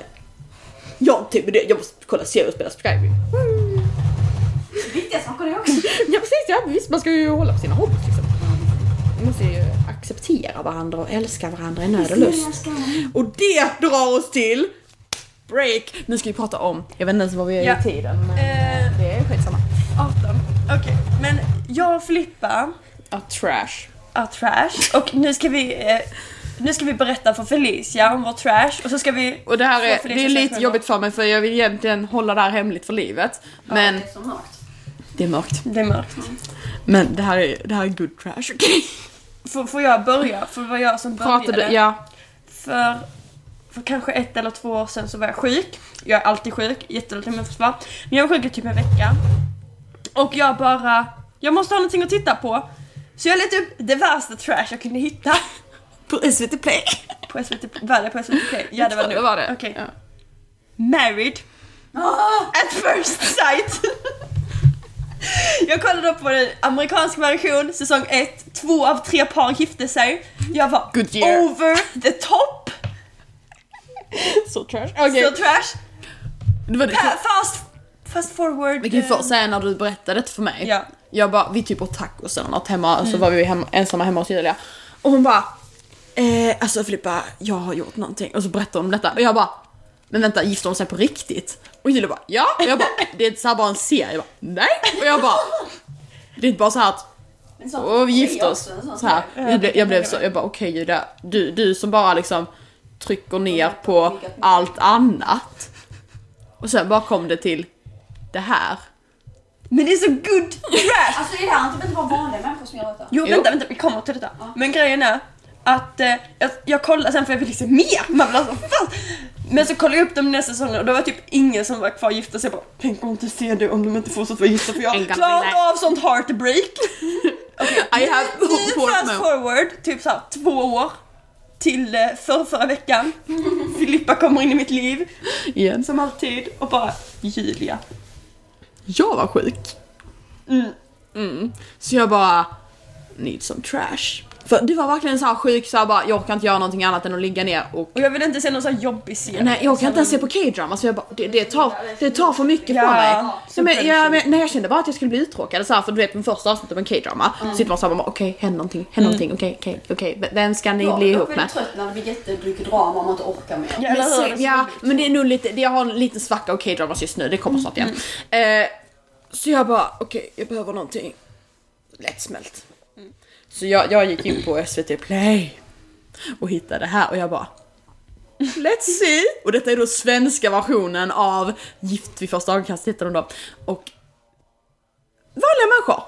[SPEAKER 1] Jag har inte tid med det, jag måste kolla serier och spela Skyrim.
[SPEAKER 3] Viktiga saker det också.
[SPEAKER 1] Ja precis, ja visst man ska ju hålla på sina hobbys liksom. Man måste ju acceptera varandra och älska varandra i nöd och lust. Och det drar oss till break. Nu ska vi prata om, jag vet inte ens vad vi är
[SPEAKER 2] Ja.
[SPEAKER 1] i tiden men
[SPEAKER 2] Eh.
[SPEAKER 1] det är skitsamma.
[SPEAKER 2] 18. Okej, men jag och Filippa
[SPEAKER 1] Ja, trash.
[SPEAKER 2] är trash och nu ska vi eh, nu ska vi berätta för Felicia om vår trash och så ska vi...
[SPEAKER 1] Och det här
[SPEAKER 2] få
[SPEAKER 1] är,
[SPEAKER 2] Felicia
[SPEAKER 1] det är lite
[SPEAKER 2] själv.
[SPEAKER 1] jobbigt för mig för jag vill egentligen hålla det här hemligt för livet. Men
[SPEAKER 3] Det är så mörkt.
[SPEAKER 1] det är mörkt.
[SPEAKER 2] Det är mörkt.
[SPEAKER 1] Men det här är, det här är good trash, okej?
[SPEAKER 2] Får, får jag börja? För det var jag som började.
[SPEAKER 1] Pratade, ja.
[SPEAKER 2] För, för kanske ett eller två år sedan så var jag sjuk. Jag är alltid sjuk, jättelätt immunförsvar. Men jag var sjuk i typ en vecka. Och jag bara, jag måste ha någonting att titta på. Så jag letade upp det värsta trash jag kunde hitta
[SPEAKER 1] På SVT Play.
[SPEAKER 2] på SVT, var det på SVT Play? Ja det var nu.
[SPEAKER 1] det var det.
[SPEAKER 2] Okej.
[SPEAKER 1] Ja.
[SPEAKER 2] Married
[SPEAKER 3] Ah!
[SPEAKER 2] at first sight. Jag kollade upp på den amerikanska version, säsong 1, två av tre par gifte sig. Jag var
[SPEAKER 1] Good year.
[SPEAKER 2] over the top,
[SPEAKER 1] Så trash. Okej.
[SPEAKER 2] så trash.
[SPEAKER 1] Det var det.
[SPEAKER 2] Pa- Fast, fast forward.
[SPEAKER 1] Vi kan ju
[SPEAKER 2] eh,
[SPEAKER 1] först säga när du berättade det för mig.
[SPEAKER 2] Ja. Mm.
[SPEAKER 1] Jag bara, vi typ åt tacos eller något hemma, så var vi hemma, ensamma hemma hos Julia. Och hon bara eh, Alltså Filippa, jag har gjort någonting. Och så berättar hon om detta och jag bara Men vänta, gifter hon sig på riktigt? Och Julia bara ja. Och jag bara det är så här bara en serie. Jag bara, Nej! Och jag bara Det är inte bara så här att
[SPEAKER 3] En sån-
[SPEAKER 1] och vi gifte oss.
[SPEAKER 3] också en sån
[SPEAKER 1] Så här.
[SPEAKER 3] sak.
[SPEAKER 1] Jag, blev, jag blev så, jag bara okej Julia, du, du som bara liksom trycker ner på allt annat. Och sen bara kom det till det här.
[SPEAKER 2] Men det är så good trash!
[SPEAKER 3] Alltså det här är typ inte bara vanliga människor som gör detta.
[SPEAKER 2] Jo,
[SPEAKER 1] Jo.
[SPEAKER 2] vänta, vänta, vi kommer till detta. Men grejen är att eh, jag, jag kollar sen för jag vill liksom mer. Man vill alltså, fan. Men så kollar jag upp dem nästa säsong och då var typ ingen som var kvar gifta så jag bara tänk om inte ser det om de inte fortsätter vara gifta för
[SPEAKER 1] En
[SPEAKER 2] jag
[SPEAKER 1] gammal
[SPEAKER 2] klarar inte
[SPEAKER 1] lä-
[SPEAKER 2] av sånt heartbreak.
[SPEAKER 1] I have
[SPEAKER 2] Nu fast
[SPEAKER 1] hope
[SPEAKER 2] forward typ såhär två år till eh, för förra veckan. Filippa kommer in i mitt liv
[SPEAKER 1] igen.
[SPEAKER 2] som alltid och bara Julia.
[SPEAKER 1] Jag var sjuk.
[SPEAKER 2] Mm.
[SPEAKER 1] Mm. Så jag bara need some trash. För du var verkligen så här sjuk så jag bara jag kan inte göra någonting annat än att ligga ner och
[SPEAKER 2] Och jag vill inte se någon sån här jobbig serie.
[SPEAKER 1] Nej jag kan inte ens se på K-drama så jag bara, det, det, tar, det tar för mycket
[SPEAKER 2] Ja,
[SPEAKER 1] från mig.
[SPEAKER 2] så
[SPEAKER 1] Nej, men,
[SPEAKER 2] cringy.
[SPEAKER 1] jag, men, nej, jag kände bara att jag skulle bli uttråkad så här, för du vet på första avsnittet av en K-drama så sitter man såhär bara okej, händer någonting, händer någonting, okej, okej, okej, V- vem ska ni
[SPEAKER 3] Ja,
[SPEAKER 1] bli
[SPEAKER 3] Jag
[SPEAKER 1] ihop
[SPEAKER 3] blir
[SPEAKER 1] med?
[SPEAKER 3] väldigt trött när det blir jättemycket drama om man inte orkar mer.
[SPEAKER 2] Ja,
[SPEAKER 1] Men
[SPEAKER 2] eller hur?
[SPEAKER 1] sen,
[SPEAKER 2] Det är så
[SPEAKER 1] ja,
[SPEAKER 2] jobbigt.
[SPEAKER 1] men det är nog lite, det- jag har en liten svacka av K-dramas just nu, det
[SPEAKER 2] Mm,
[SPEAKER 1] kommer snart igen. Eh, så jag bara okej, jag behöver någonting lättsmält.
[SPEAKER 2] Mm.
[SPEAKER 1] Så jag, jag gick in på SVT Play och hittade det här och jag bara Let's see! Och detta är då svenska versionen av Gift vid första ögonkastet heter den då. Och vanliga människor.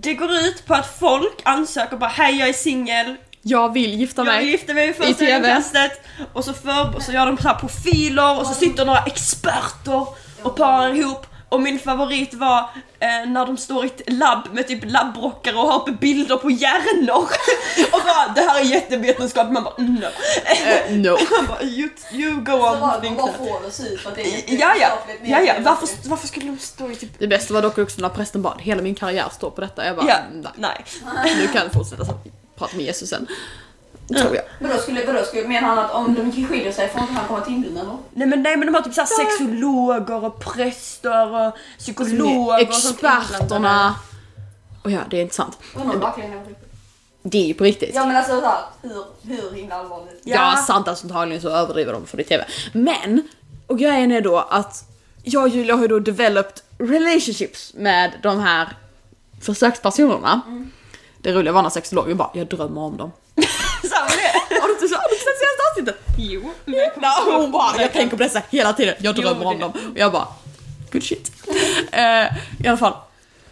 [SPEAKER 2] Det går ut på att folk ansöker bara hej jag är singel,
[SPEAKER 1] Jag vill gifta
[SPEAKER 2] jag
[SPEAKER 1] mig.
[SPEAKER 2] gifte mig i
[SPEAKER 1] I
[SPEAKER 2] första
[SPEAKER 1] TV.
[SPEAKER 2] ögonkastet och så, för, och så gör de så här profiler och så sitter några experter och parar ihop och min favorit var eh, när de står i ett labb med typ labbrockar och har uppe bilder på hjärnor och bara det här är jättevetenskap man bara "Mm, no.
[SPEAKER 1] Eh, no.
[SPEAKER 2] Man bara you, you go
[SPEAKER 3] Så bara,
[SPEAKER 2] on.
[SPEAKER 3] de
[SPEAKER 2] Vincent."
[SPEAKER 3] bara får oss ut för att det är
[SPEAKER 2] Ja ja,
[SPEAKER 3] jättevetenskapligt
[SPEAKER 2] ja, ja.
[SPEAKER 3] nedskrivet.
[SPEAKER 2] Varför, varför skulle de stå i typ...
[SPEAKER 1] Det bästa var dock också när prästen bad hela min karriär står på detta. Jag bara "Mm,
[SPEAKER 2] Ja,
[SPEAKER 1] nej.
[SPEAKER 2] nej.
[SPEAKER 1] Nu kan jag fortsätta så- prata med Jesus sen. Tror jag.
[SPEAKER 3] Vadå skulle, vadå skulle, menar han att om de skiljer sig får inte han komma till inbjudan då?
[SPEAKER 2] Nej men, nej men de har typ såhär sexologer och präster och psykologer och sånt inblandade.
[SPEAKER 1] Experterna. Och ja, det är intressant.
[SPEAKER 3] Undrar om verkligen är sjuk.
[SPEAKER 1] Det är ju på riktigt.
[SPEAKER 3] Ja men alltså såhär, hur, hur himla allvarligt?
[SPEAKER 1] Ja,
[SPEAKER 2] Ja.
[SPEAKER 1] sant alltså antagligen så överdriver de för det i TV. Men, och grejen är då att jag och Julia har ju då developed relationships med de här försökspersonerna. Det roliga var när sexologen bara, jag drömmer om dem.
[SPEAKER 2] Sa hon det?
[SPEAKER 1] Har du inte så- har du inte sett senaste avsnittet?
[SPEAKER 2] Jo. men jag kommer
[SPEAKER 1] Ja,
[SPEAKER 2] inte ihåg.
[SPEAKER 1] hon bara, jag tänker på dessa hela tiden, jag
[SPEAKER 2] Jo,
[SPEAKER 1] drömmer om
[SPEAKER 2] det-
[SPEAKER 1] dem. Och jag bara, good shit. Eh, I alla fall.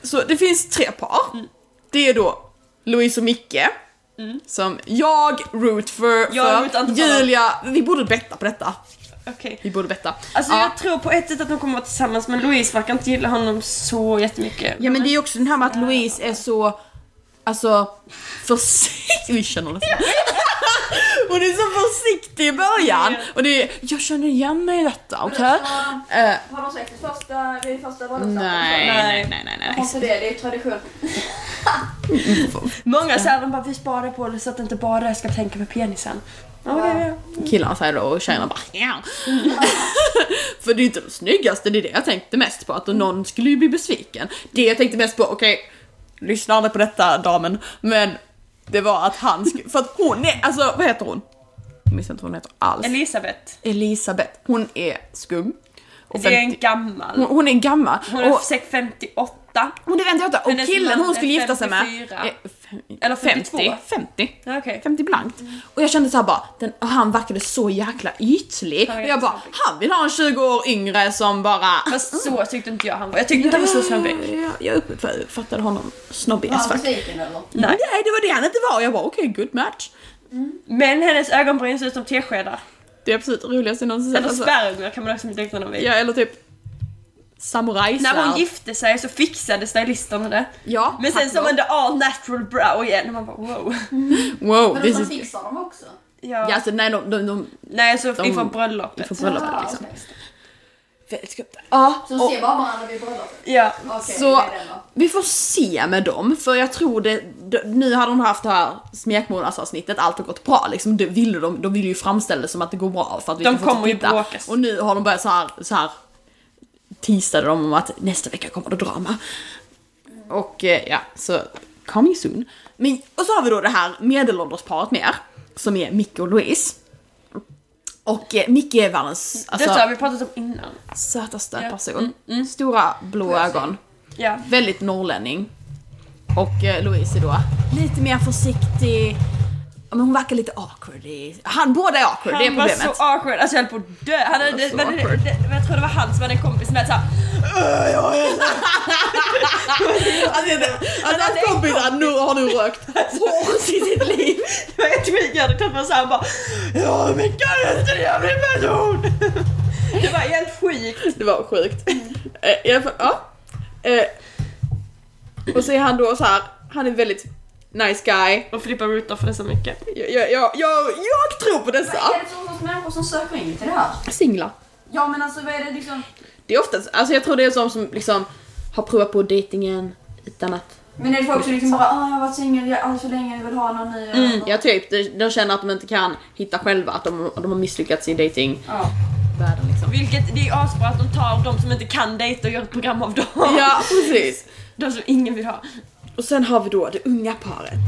[SPEAKER 1] Så det finns tre par.
[SPEAKER 2] Mm.
[SPEAKER 1] Det är då Louise och Micke. Som jag root för,
[SPEAKER 2] Jag
[SPEAKER 1] för
[SPEAKER 2] rootar inte på dem.
[SPEAKER 1] Julia, vi borde betta på detta.
[SPEAKER 2] Okej.
[SPEAKER 1] Vi borde betta.
[SPEAKER 2] Alltså
[SPEAKER 1] ja.
[SPEAKER 2] jag tror på ett sätt att de kommer vara tillsammans men Louise verkar inte gilla honom så jättemycket.
[SPEAKER 1] ja men det är ju också den här med att Louise är så, alltså försiktig. Vi känner det. Hon är så försiktig i början. Och det är, jag känner igen mig i detta, okej? Eh,
[SPEAKER 3] Har de sex i första, vid första bröllopsnatten?
[SPEAKER 1] Nej, nej, nej, nej,
[SPEAKER 3] Varför inte det? Det är ju tradition.
[SPEAKER 2] Många säger de bara vi sparar på det så att det inte bara ska tänka på penisen. Okej, ja.
[SPEAKER 1] Killarna säger då och tjejerna bara ja. För det är inte det snyggaste, det är det jag tänkte mest på. Att någon skulle ju bli besviken. Det jag tänkte mest på, okej, lyssna aldrig på detta damen. Men det var att han skulle, för att hon är, alltså vad heter hon? Jag minns inte vad hon heter alls.
[SPEAKER 2] Elisabeth,
[SPEAKER 1] Elisabeth, hon är skum. Och
[SPEAKER 2] det är en
[SPEAKER 1] 50
[SPEAKER 2] gammal.
[SPEAKER 1] hon, hon är gammal.
[SPEAKER 2] Hon är
[SPEAKER 1] och,
[SPEAKER 2] säkert 58.
[SPEAKER 1] hon är 58 och
[SPEAKER 2] Hennes
[SPEAKER 1] killen
[SPEAKER 2] man
[SPEAKER 1] hon
[SPEAKER 2] är
[SPEAKER 1] skulle gifta sig med
[SPEAKER 2] 54.
[SPEAKER 1] är fem-
[SPEAKER 2] Eller 52.
[SPEAKER 1] 50, 50.
[SPEAKER 2] Ja, Okej.
[SPEAKER 1] 50 blankt. Och jag kände såhär bara, den, och han verkade så jäkla ytlig.
[SPEAKER 2] Han
[SPEAKER 1] Och
[SPEAKER 2] är
[SPEAKER 1] jag bara,
[SPEAKER 2] jättejobbig.
[SPEAKER 1] han vill ha en 20 år yngre som bara...
[SPEAKER 2] Fast så tyckte inte jag han var. Jag tyckte inte han var så snobbig.
[SPEAKER 1] Jag, jag uppfattade honom snobbig
[SPEAKER 3] Var
[SPEAKER 1] as
[SPEAKER 3] han
[SPEAKER 1] fuck.
[SPEAKER 3] besviken eller?
[SPEAKER 2] Nej.
[SPEAKER 1] Nej det var det han inte var. Jag bara okej, good match.
[SPEAKER 2] Men hennes ögonbryn ser ut som teskedar.
[SPEAKER 1] Det är absolut roligast jag någonsin sett.
[SPEAKER 2] Eller
[SPEAKER 1] Alltså,
[SPEAKER 2] spermier kan man också likna dem vid.
[SPEAKER 1] ja, eller typ
[SPEAKER 2] När
[SPEAKER 1] samurajsvärd.
[SPEAKER 2] hon gifte sig så fixade stylisterna det.
[SPEAKER 1] Ja,
[SPEAKER 2] Men sen
[SPEAKER 1] tack
[SPEAKER 2] så
[SPEAKER 1] vare-
[SPEAKER 2] var det all natural brow igen och man bara wow.
[SPEAKER 1] Wow,
[SPEAKER 3] Men
[SPEAKER 1] this
[SPEAKER 3] de
[SPEAKER 1] is...
[SPEAKER 3] fixar dem också?
[SPEAKER 2] Ja.
[SPEAKER 1] Ja, alltså, nej, de, de, de,
[SPEAKER 2] Nej så
[SPEAKER 1] De-
[SPEAKER 2] inför bröllopet.
[SPEAKER 1] inför bröllopet liksom.
[SPEAKER 3] okej.
[SPEAKER 1] Väldigt skumt. Ja,
[SPEAKER 3] Så de
[SPEAKER 1] liksom. och-
[SPEAKER 3] ser bara varandra vid bröllopet?
[SPEAKER 2] Ja.
[SPEAKER 3] Okej,
[SPEAKER 1] Så-
[SPEAKER 3] det är den då.
[SPEAKER 1] Vi får se med dem, för jag tror det, d- nu hade de haft det här smekmånadsavsnittet, allt har gått bra liksom. Det ville de, de ville ju framställa det som att det går bra för att vi
[SPEAKER 2] De
[SPEAKER 1] ska fortsätta
[SPEAKER 2] kommer ju
[SPEAKER 1] titta.
[SPEAKER 2] bråkas.
[SPEAKER 1] Och nu har de börjat så här, så här teasade de om att nästa vecka kommer det drama. Och eh, ja, så coming soon. Men, och så har vi då det här medelåldersparet med er, som är Micke och Louise. Och eh, Micke är världens alltså,
[SPEAKER 2] Detta har vi pratat om innan.
[SPEAKER 1] sötaste
[SPEAKER 2] Ja.
[SPEAKER 1] person.
[SPEAKER 2] Mm, mm.
[SPEAKER 1] Stora blå
[SPEAKER 3] Blösig.
[SPEAKER 1] ögon.
[SPEAKER 2] Ja.
[SPEAKER 1] Väldigt norrlänning. Och eh, Louise är då lite mer försiktig. Ja, Men hon verkar lite awkward. I, han, båda är awkward, det är
[SPEAKER 2] Han var
[SPEAKER 1] problemet.
[SPEAKER 2] så awkward, alltså jag höll på att dö. Han hade,
[SPEAKER 1] var
[SPEAKER 2] det,
[SPEAKER 1] så
[SPEAKER 2] men, det,
[SPEAKER 1] awkward.
[SPEAKER 2] det, men jag tror det var han som hade en kompis med såhär
[SPEAKER 1] Alltså, jag- alltså, hans kompisar nu har nu rökt hårt i sitt liv.
[SPEAKER 2] Det var ett skit, jag hade klart mig såhär bara Ja
[SPEAKER 1] Oh
[SPEAKER 2] men gud, en trevlig person! Det var helt sjukt.
[SPEAKER 1] Det var sjukt. Eh, I alla fall, ja. Eh, Och så är han då så här, han är väldigt nice guy.
[SPEAKER 2] Och Filippa rutar för det så mycket.
[SPEAKER 1] Jag, jag, jag, jag, jag tror på dessa.
[SPEAKER 3] Vad är det för sorts människor som söker in till det här?
[SPEAKER 1] Singlar.
[SPEAKER 3] Ja men alltså vad är det liksom?
[SPEAKER 1] Det är oftast, alltså jag tror det är de som liksom har provat på dejtingen utan att...
[SPEAKER 3] Men är det folk som liksom bara ah, jag har varit singel jag- allt för länge, jag vill ha någon ny.
[SPEAKER 1] Mm, ja typ, de, de känner att de inte kan hitta själva, att de, de har misslyckats i dejtingvärlden
[SPEAKER 3] Ja.
[SPEAKER 1] liksom.
[SPEAKER 2] Vilket, det är asbra att de tar de som inte kan dejta och gör ett program av dem.
[SPEAKER 1] Ja, precis.
[SPEAKER 2] De som ingen vill ha.
[SPEAKER 1] Och sen har vi då det unga paret.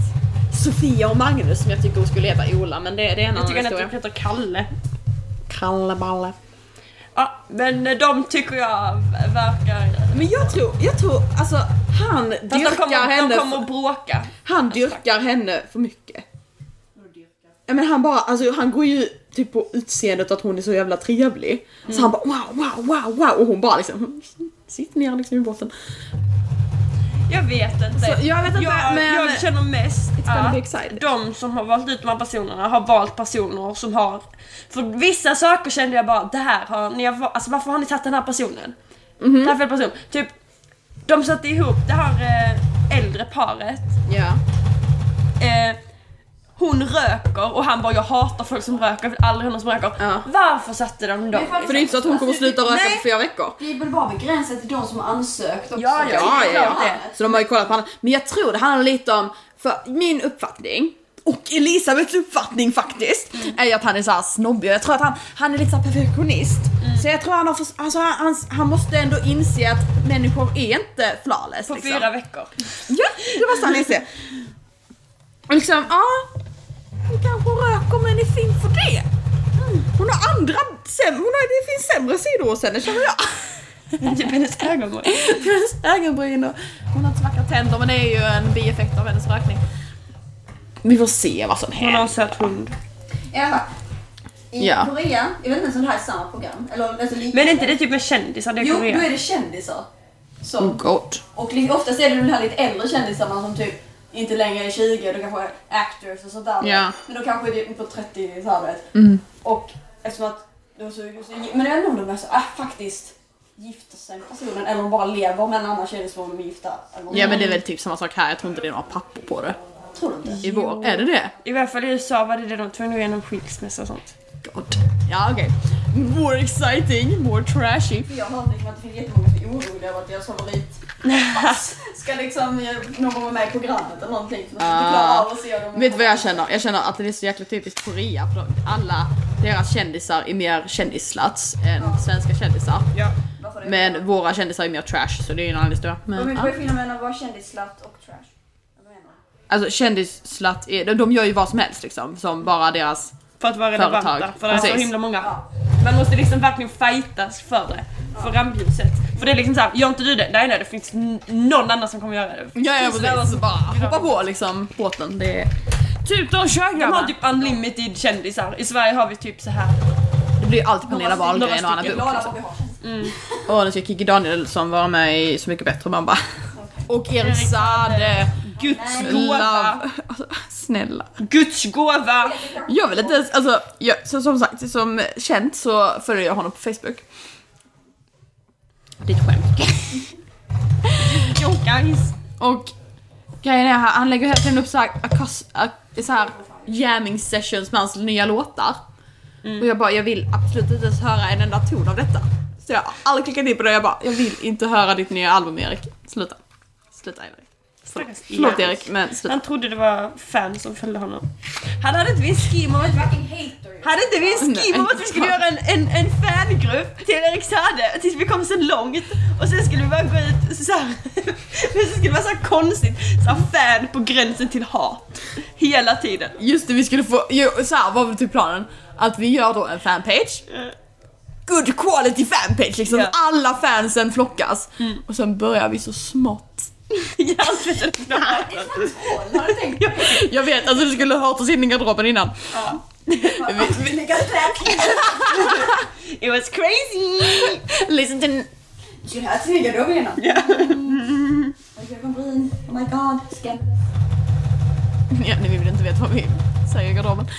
[SPEAKER 1] Sofia och Magnus som jag tycker skulle heta Ola, men det, det är en
[SPEAKER 2] Jag
[SPEAKER 1] annan
[SPEAKER 2] tycker han
[SPEAKER 1] historia.
[SPEAKER 2] heter- heter Kalle.
[SPEAKER 1] Kalle Balle.
[SPEAKER 2] Ja, men de tycker jag verkar...
[SPEAKER 1] Men jag tror, jag tror, alltså han
[SPEAKER 2] Fast
[SPEAKER 1] dyrkar
[SPEAKER 2] de kommer,
[SPEAKER 1] henne,
[SPEAKER 2] de kommer att bråka.
[SPEAKER 1] han dyrkar henne för mycket. Ja, men han bara, alltså han går ju typ på utseendet att hon är så jävla trevlig. Så han bara wow, wow, wow, wow och hon bara liksom sitt ner liksom i botten.
[SPEAKER 2] Jag vet inte.
[SPEAKER 1] Så, jag vet inte,
[SPEAKER 2] jag,
[SPEAKER 1] men-
[SPEAKER 2] jag känner mest
[SPEAKER 1] gonna
[SPEAKER 2] att
[SPEAKER 1] be excited.
[SPEAKER 2] de som har valt ut de här personerna har valt personer som har... För vissa saker kände jag bara, det här har ni... har va- Alltså varför har ni tagit den här personen?
[SPEAKER 1] Mhm.
[SPEAKER 2] Det här är fel person. Typ, de satte ihop det här eh, äldre paret.
[SPEAKER 1] Ja.
[SPEAKER 2] Eh, hon röker och han bara, jag hatar folk som röker, jag vill aldrig ha någon som röker.
[SPEAKER 1] Ja.
[SPEAKER 2] Varför satte de dem?
[SPEAKER 3] Men fan-
[SPEAKER 1] För det är inte så att hon kommer sluta röka
[SPEAKER 2] Nej.
[SPEAKER 1] på fyra veckor.
[SPEAKER 3] Det är väl bara begränsat till de som har ansökt också.
[SPEAKER 2] Ja, ja,
[SPEAKER 1] Ja,
[SPEAKER 2] det är
[SPEAKER 1] ja,
[SPEAKER 2] klart
[SPEAKER 1] ja.
[SPEAKER 2] det.
[SPEAKER 1] Så de har ju kollat på andra. Men jag tror det handlar lite om, för min uppfattning och Elisabeths uppfattning faktiskt,
[SPEAKER 2] Mm.
[SPEAKER 1] är ju att han är så här snobbig. Och Jag tror att han, han är lite så här perfektionist.
[SPEAKER 2] Mm.
[SPEAKER 1] Så jag tror han har, förs- alltså han, han, han måste ändå inse att människor är inte flawless.
[SPEAKER 2] På
[SPEAKER 1] liksom.
[SPEAKER 2] fyra veckor.
[SPEAKER 1] Ja, det måste han inse. Och liksom, ja, hon kanske röker men är fin för det.
[SPEAKER 2] Mm.
[SPEAKER 1] Hon har andra, säm- hon har, det finns sämre sidor hos henne känner jag.
[SPEAKER 2] Typ hennes ögonbryn.
[SPEAKER 1] hennes ögonbryn och hon har inte så vackra tänder men det är ju en bieffekt av hennes rökning. Vi får se vad som
[SPEAKER 2] Hon har en
[SPEAKER 1] händer.
[SPEAKER 2] söt hund.
[SPEAKER 3] I alla fall. I
[SPEAKER 1] Ja.
[SPEAKER 3] Korea, jag vet inte ens om det här är samma program. Eller om det är så liknande.
[SPEAKER 2] Men är inte det typ med kändisar? Det är
[SPEAKER 3] Jo,
[SPEAKER 2] Korea.
[SPEAKER 3] då är det kändisar. Som,
[SPEAKER 1] Oh god.
[SPEAKER 3] Och liksom, oftast är det de här lite äldre kändisarna som typ inte längre är 20, då kanske är actors och sånt där.
[SPEAKER 1] Ja. Mm.
[SPEAKER 3] Men då kanske det är på 30 så här, vet. Och eftersom att... det var så, så, men jag vet inte om de är så, ah, faktiskt gifter sig med personen eller de bara lever med en annan kändis som de är gifta. Eller,
[SPEAKER 1] Ja men det är väl typ samma sak här, jag tror inte det är några papper på det.
[SPEAKER 3] Tror du inte?
[SPEAKER 1] I vår, är det det?
[SPEAKER 2] I varje fall i USA var det det de tvungna igenom skilsmässa och sånt.
[SPEAKER 1] God. Ja okej. More exciting, more trashy.
[SPEAKER 3] För Jag hörde liksom att det finns jättemånga som är oroliga över att deras favorit pass ska liksom eh, någon gång vara med i programmet eller någonting. För de ska inte klara av att se dem.
[SPEAKER 1] Ah. Vet du vad jag känner? Jag känner att det är så jäkla typiskt Korea för de- alla deras kändisar är mer kändisslats än svenska kändisar.
[SPEAKER 2] Ja.
[SPEAKER 3] Varför det?
[SPEAKER 1] Men våra kändisar är mer trash så det är ju en annan historia.
[SPEAKER 3] Men
[SPEAKER 1] Men,
[SPEAKER 3] vi
[SPEAKER 1] ja.
[SPEAKER 3] får skilja mellan vara kändisslatt och trash. Vad menar du?
[SPEAKER 1] Alltså kändisslatt, är, de, de gör ju vad som helst liksom. Som bara deras...
[SPEAKER 2] För att vara relevanta.
[SPEAKER 1] Företag.
[SPEAKER 2] För det är så
[SPEAKER 1] Precis.
[SPEAKER 2] himla många.
[SPEAKER 3] Ja.
[SPEAKER 2] Man måste liksom verkligen fightas för det. För rampljuset. För det är liksom såhär, gör inte du det? Nej nej, det finns n- någon annan som kommer göra det.
[SPEAKER 1] Ja, ja precis. Alltså bara hoppa på liksom båten. Det är... Typ de kör
[SPEAKER 2] De har
[SPEAKER 1] grabbar.
[SPEAKER 2] typ unlimited kändisar. I Sverige har vi typ så här.
[SPEAKER 1] Det blir ju alltid Pernilla
[SPEAKER 2] Några stycken,
[SPEAKER 1] Wahlgren och Anna
[SPEAKER 3] Jag är
[SPEAKER 1] Book.
[SPEAKER 3] glad
[SPEAKER 1] Liksom.
[SPEAKER 3] att vi har kändisar.
[SPEAKER 1] Åh nu ska Kikki Danielsson vara med i Så Mycket Bättre man bara. Och Erik Saade.
[SPEAKER 2] Guds
[SPEAKER 3] Nej.
[SPEAKER 1] Love.
[SPEAKER 2] gåva.
[SPEAKER 1] Alltså, snälla.
[SPEAKER 2] Guds gåva.
[SPEAKER 1] Jag vill inte ens, alltså, jag, så, som sagt, som känt så följer jag honom på Facebook. Det är ett skämt.
[SPEAKER 2] Yo guys.
[SPEAKER 1] Och grejen är, här, han lägger hela tiden upp så här, akas, ak- så här jamming sessions med hans nya låtar.
[SPEAKER 2] Mm.
[SPEAKER 1] Och jag bara, jag vill absolut inte ens höra en enda ton av detta. Så jag har aldrig klickat in på det jag bara, jag vill inte höra ditt nya album Erik. Sluta. Sluta Erik.
[SPEAKER 2] Stackars
[SPEAKER 1] Förlåt Erik, men sluta.
[SPEAKER 2] Han trodde det var fans som följde honom. Han hade ett visst schema om att
[SPEAKER 3] Fucking hater
[SPEAKER 2] Hade inte vi en scheme om att vi skulle göra en, en, en fangrupp till Erik Saade tills vi kom så långt och sen skulle vi bara gå ut så här. Men så skulle det vara så här konstigt, så här fan på gränsen till hat. Hela tiden.
[SPEAKER 1] Just det, vi skulle få, jo, så här var väl typ planen. Att vi gör då en fanpage. Good quality fanpage liksom.
[SPEAKER 2] Ja. Mm.
[SPEAKER 1] Alla fansen flockas. Och sen börjar vi så smått.
[SPEAKER 2] I helvete.
[SPEAKER 3] Håll, har du tänkt?
[SPEAKER 1] Jag vet, alltså du skulle ha hört oss in i garderoben innan. Vi- vi-
[SPEAKER 3] Lägga räkning.
[SPEAKER 2] It was crazy!
[SPEAKER 1] Listen to...
[SPEAKER 3] Du skulle ha snygga då innan.
[SPEAKER 2] Ja.
[SPEAKER 3] Och Jörgen Brun, oh my god. Scandalous.
[SPEAKER 1] Ja, nej, vi vill inte veta vad vi säger i garderoben.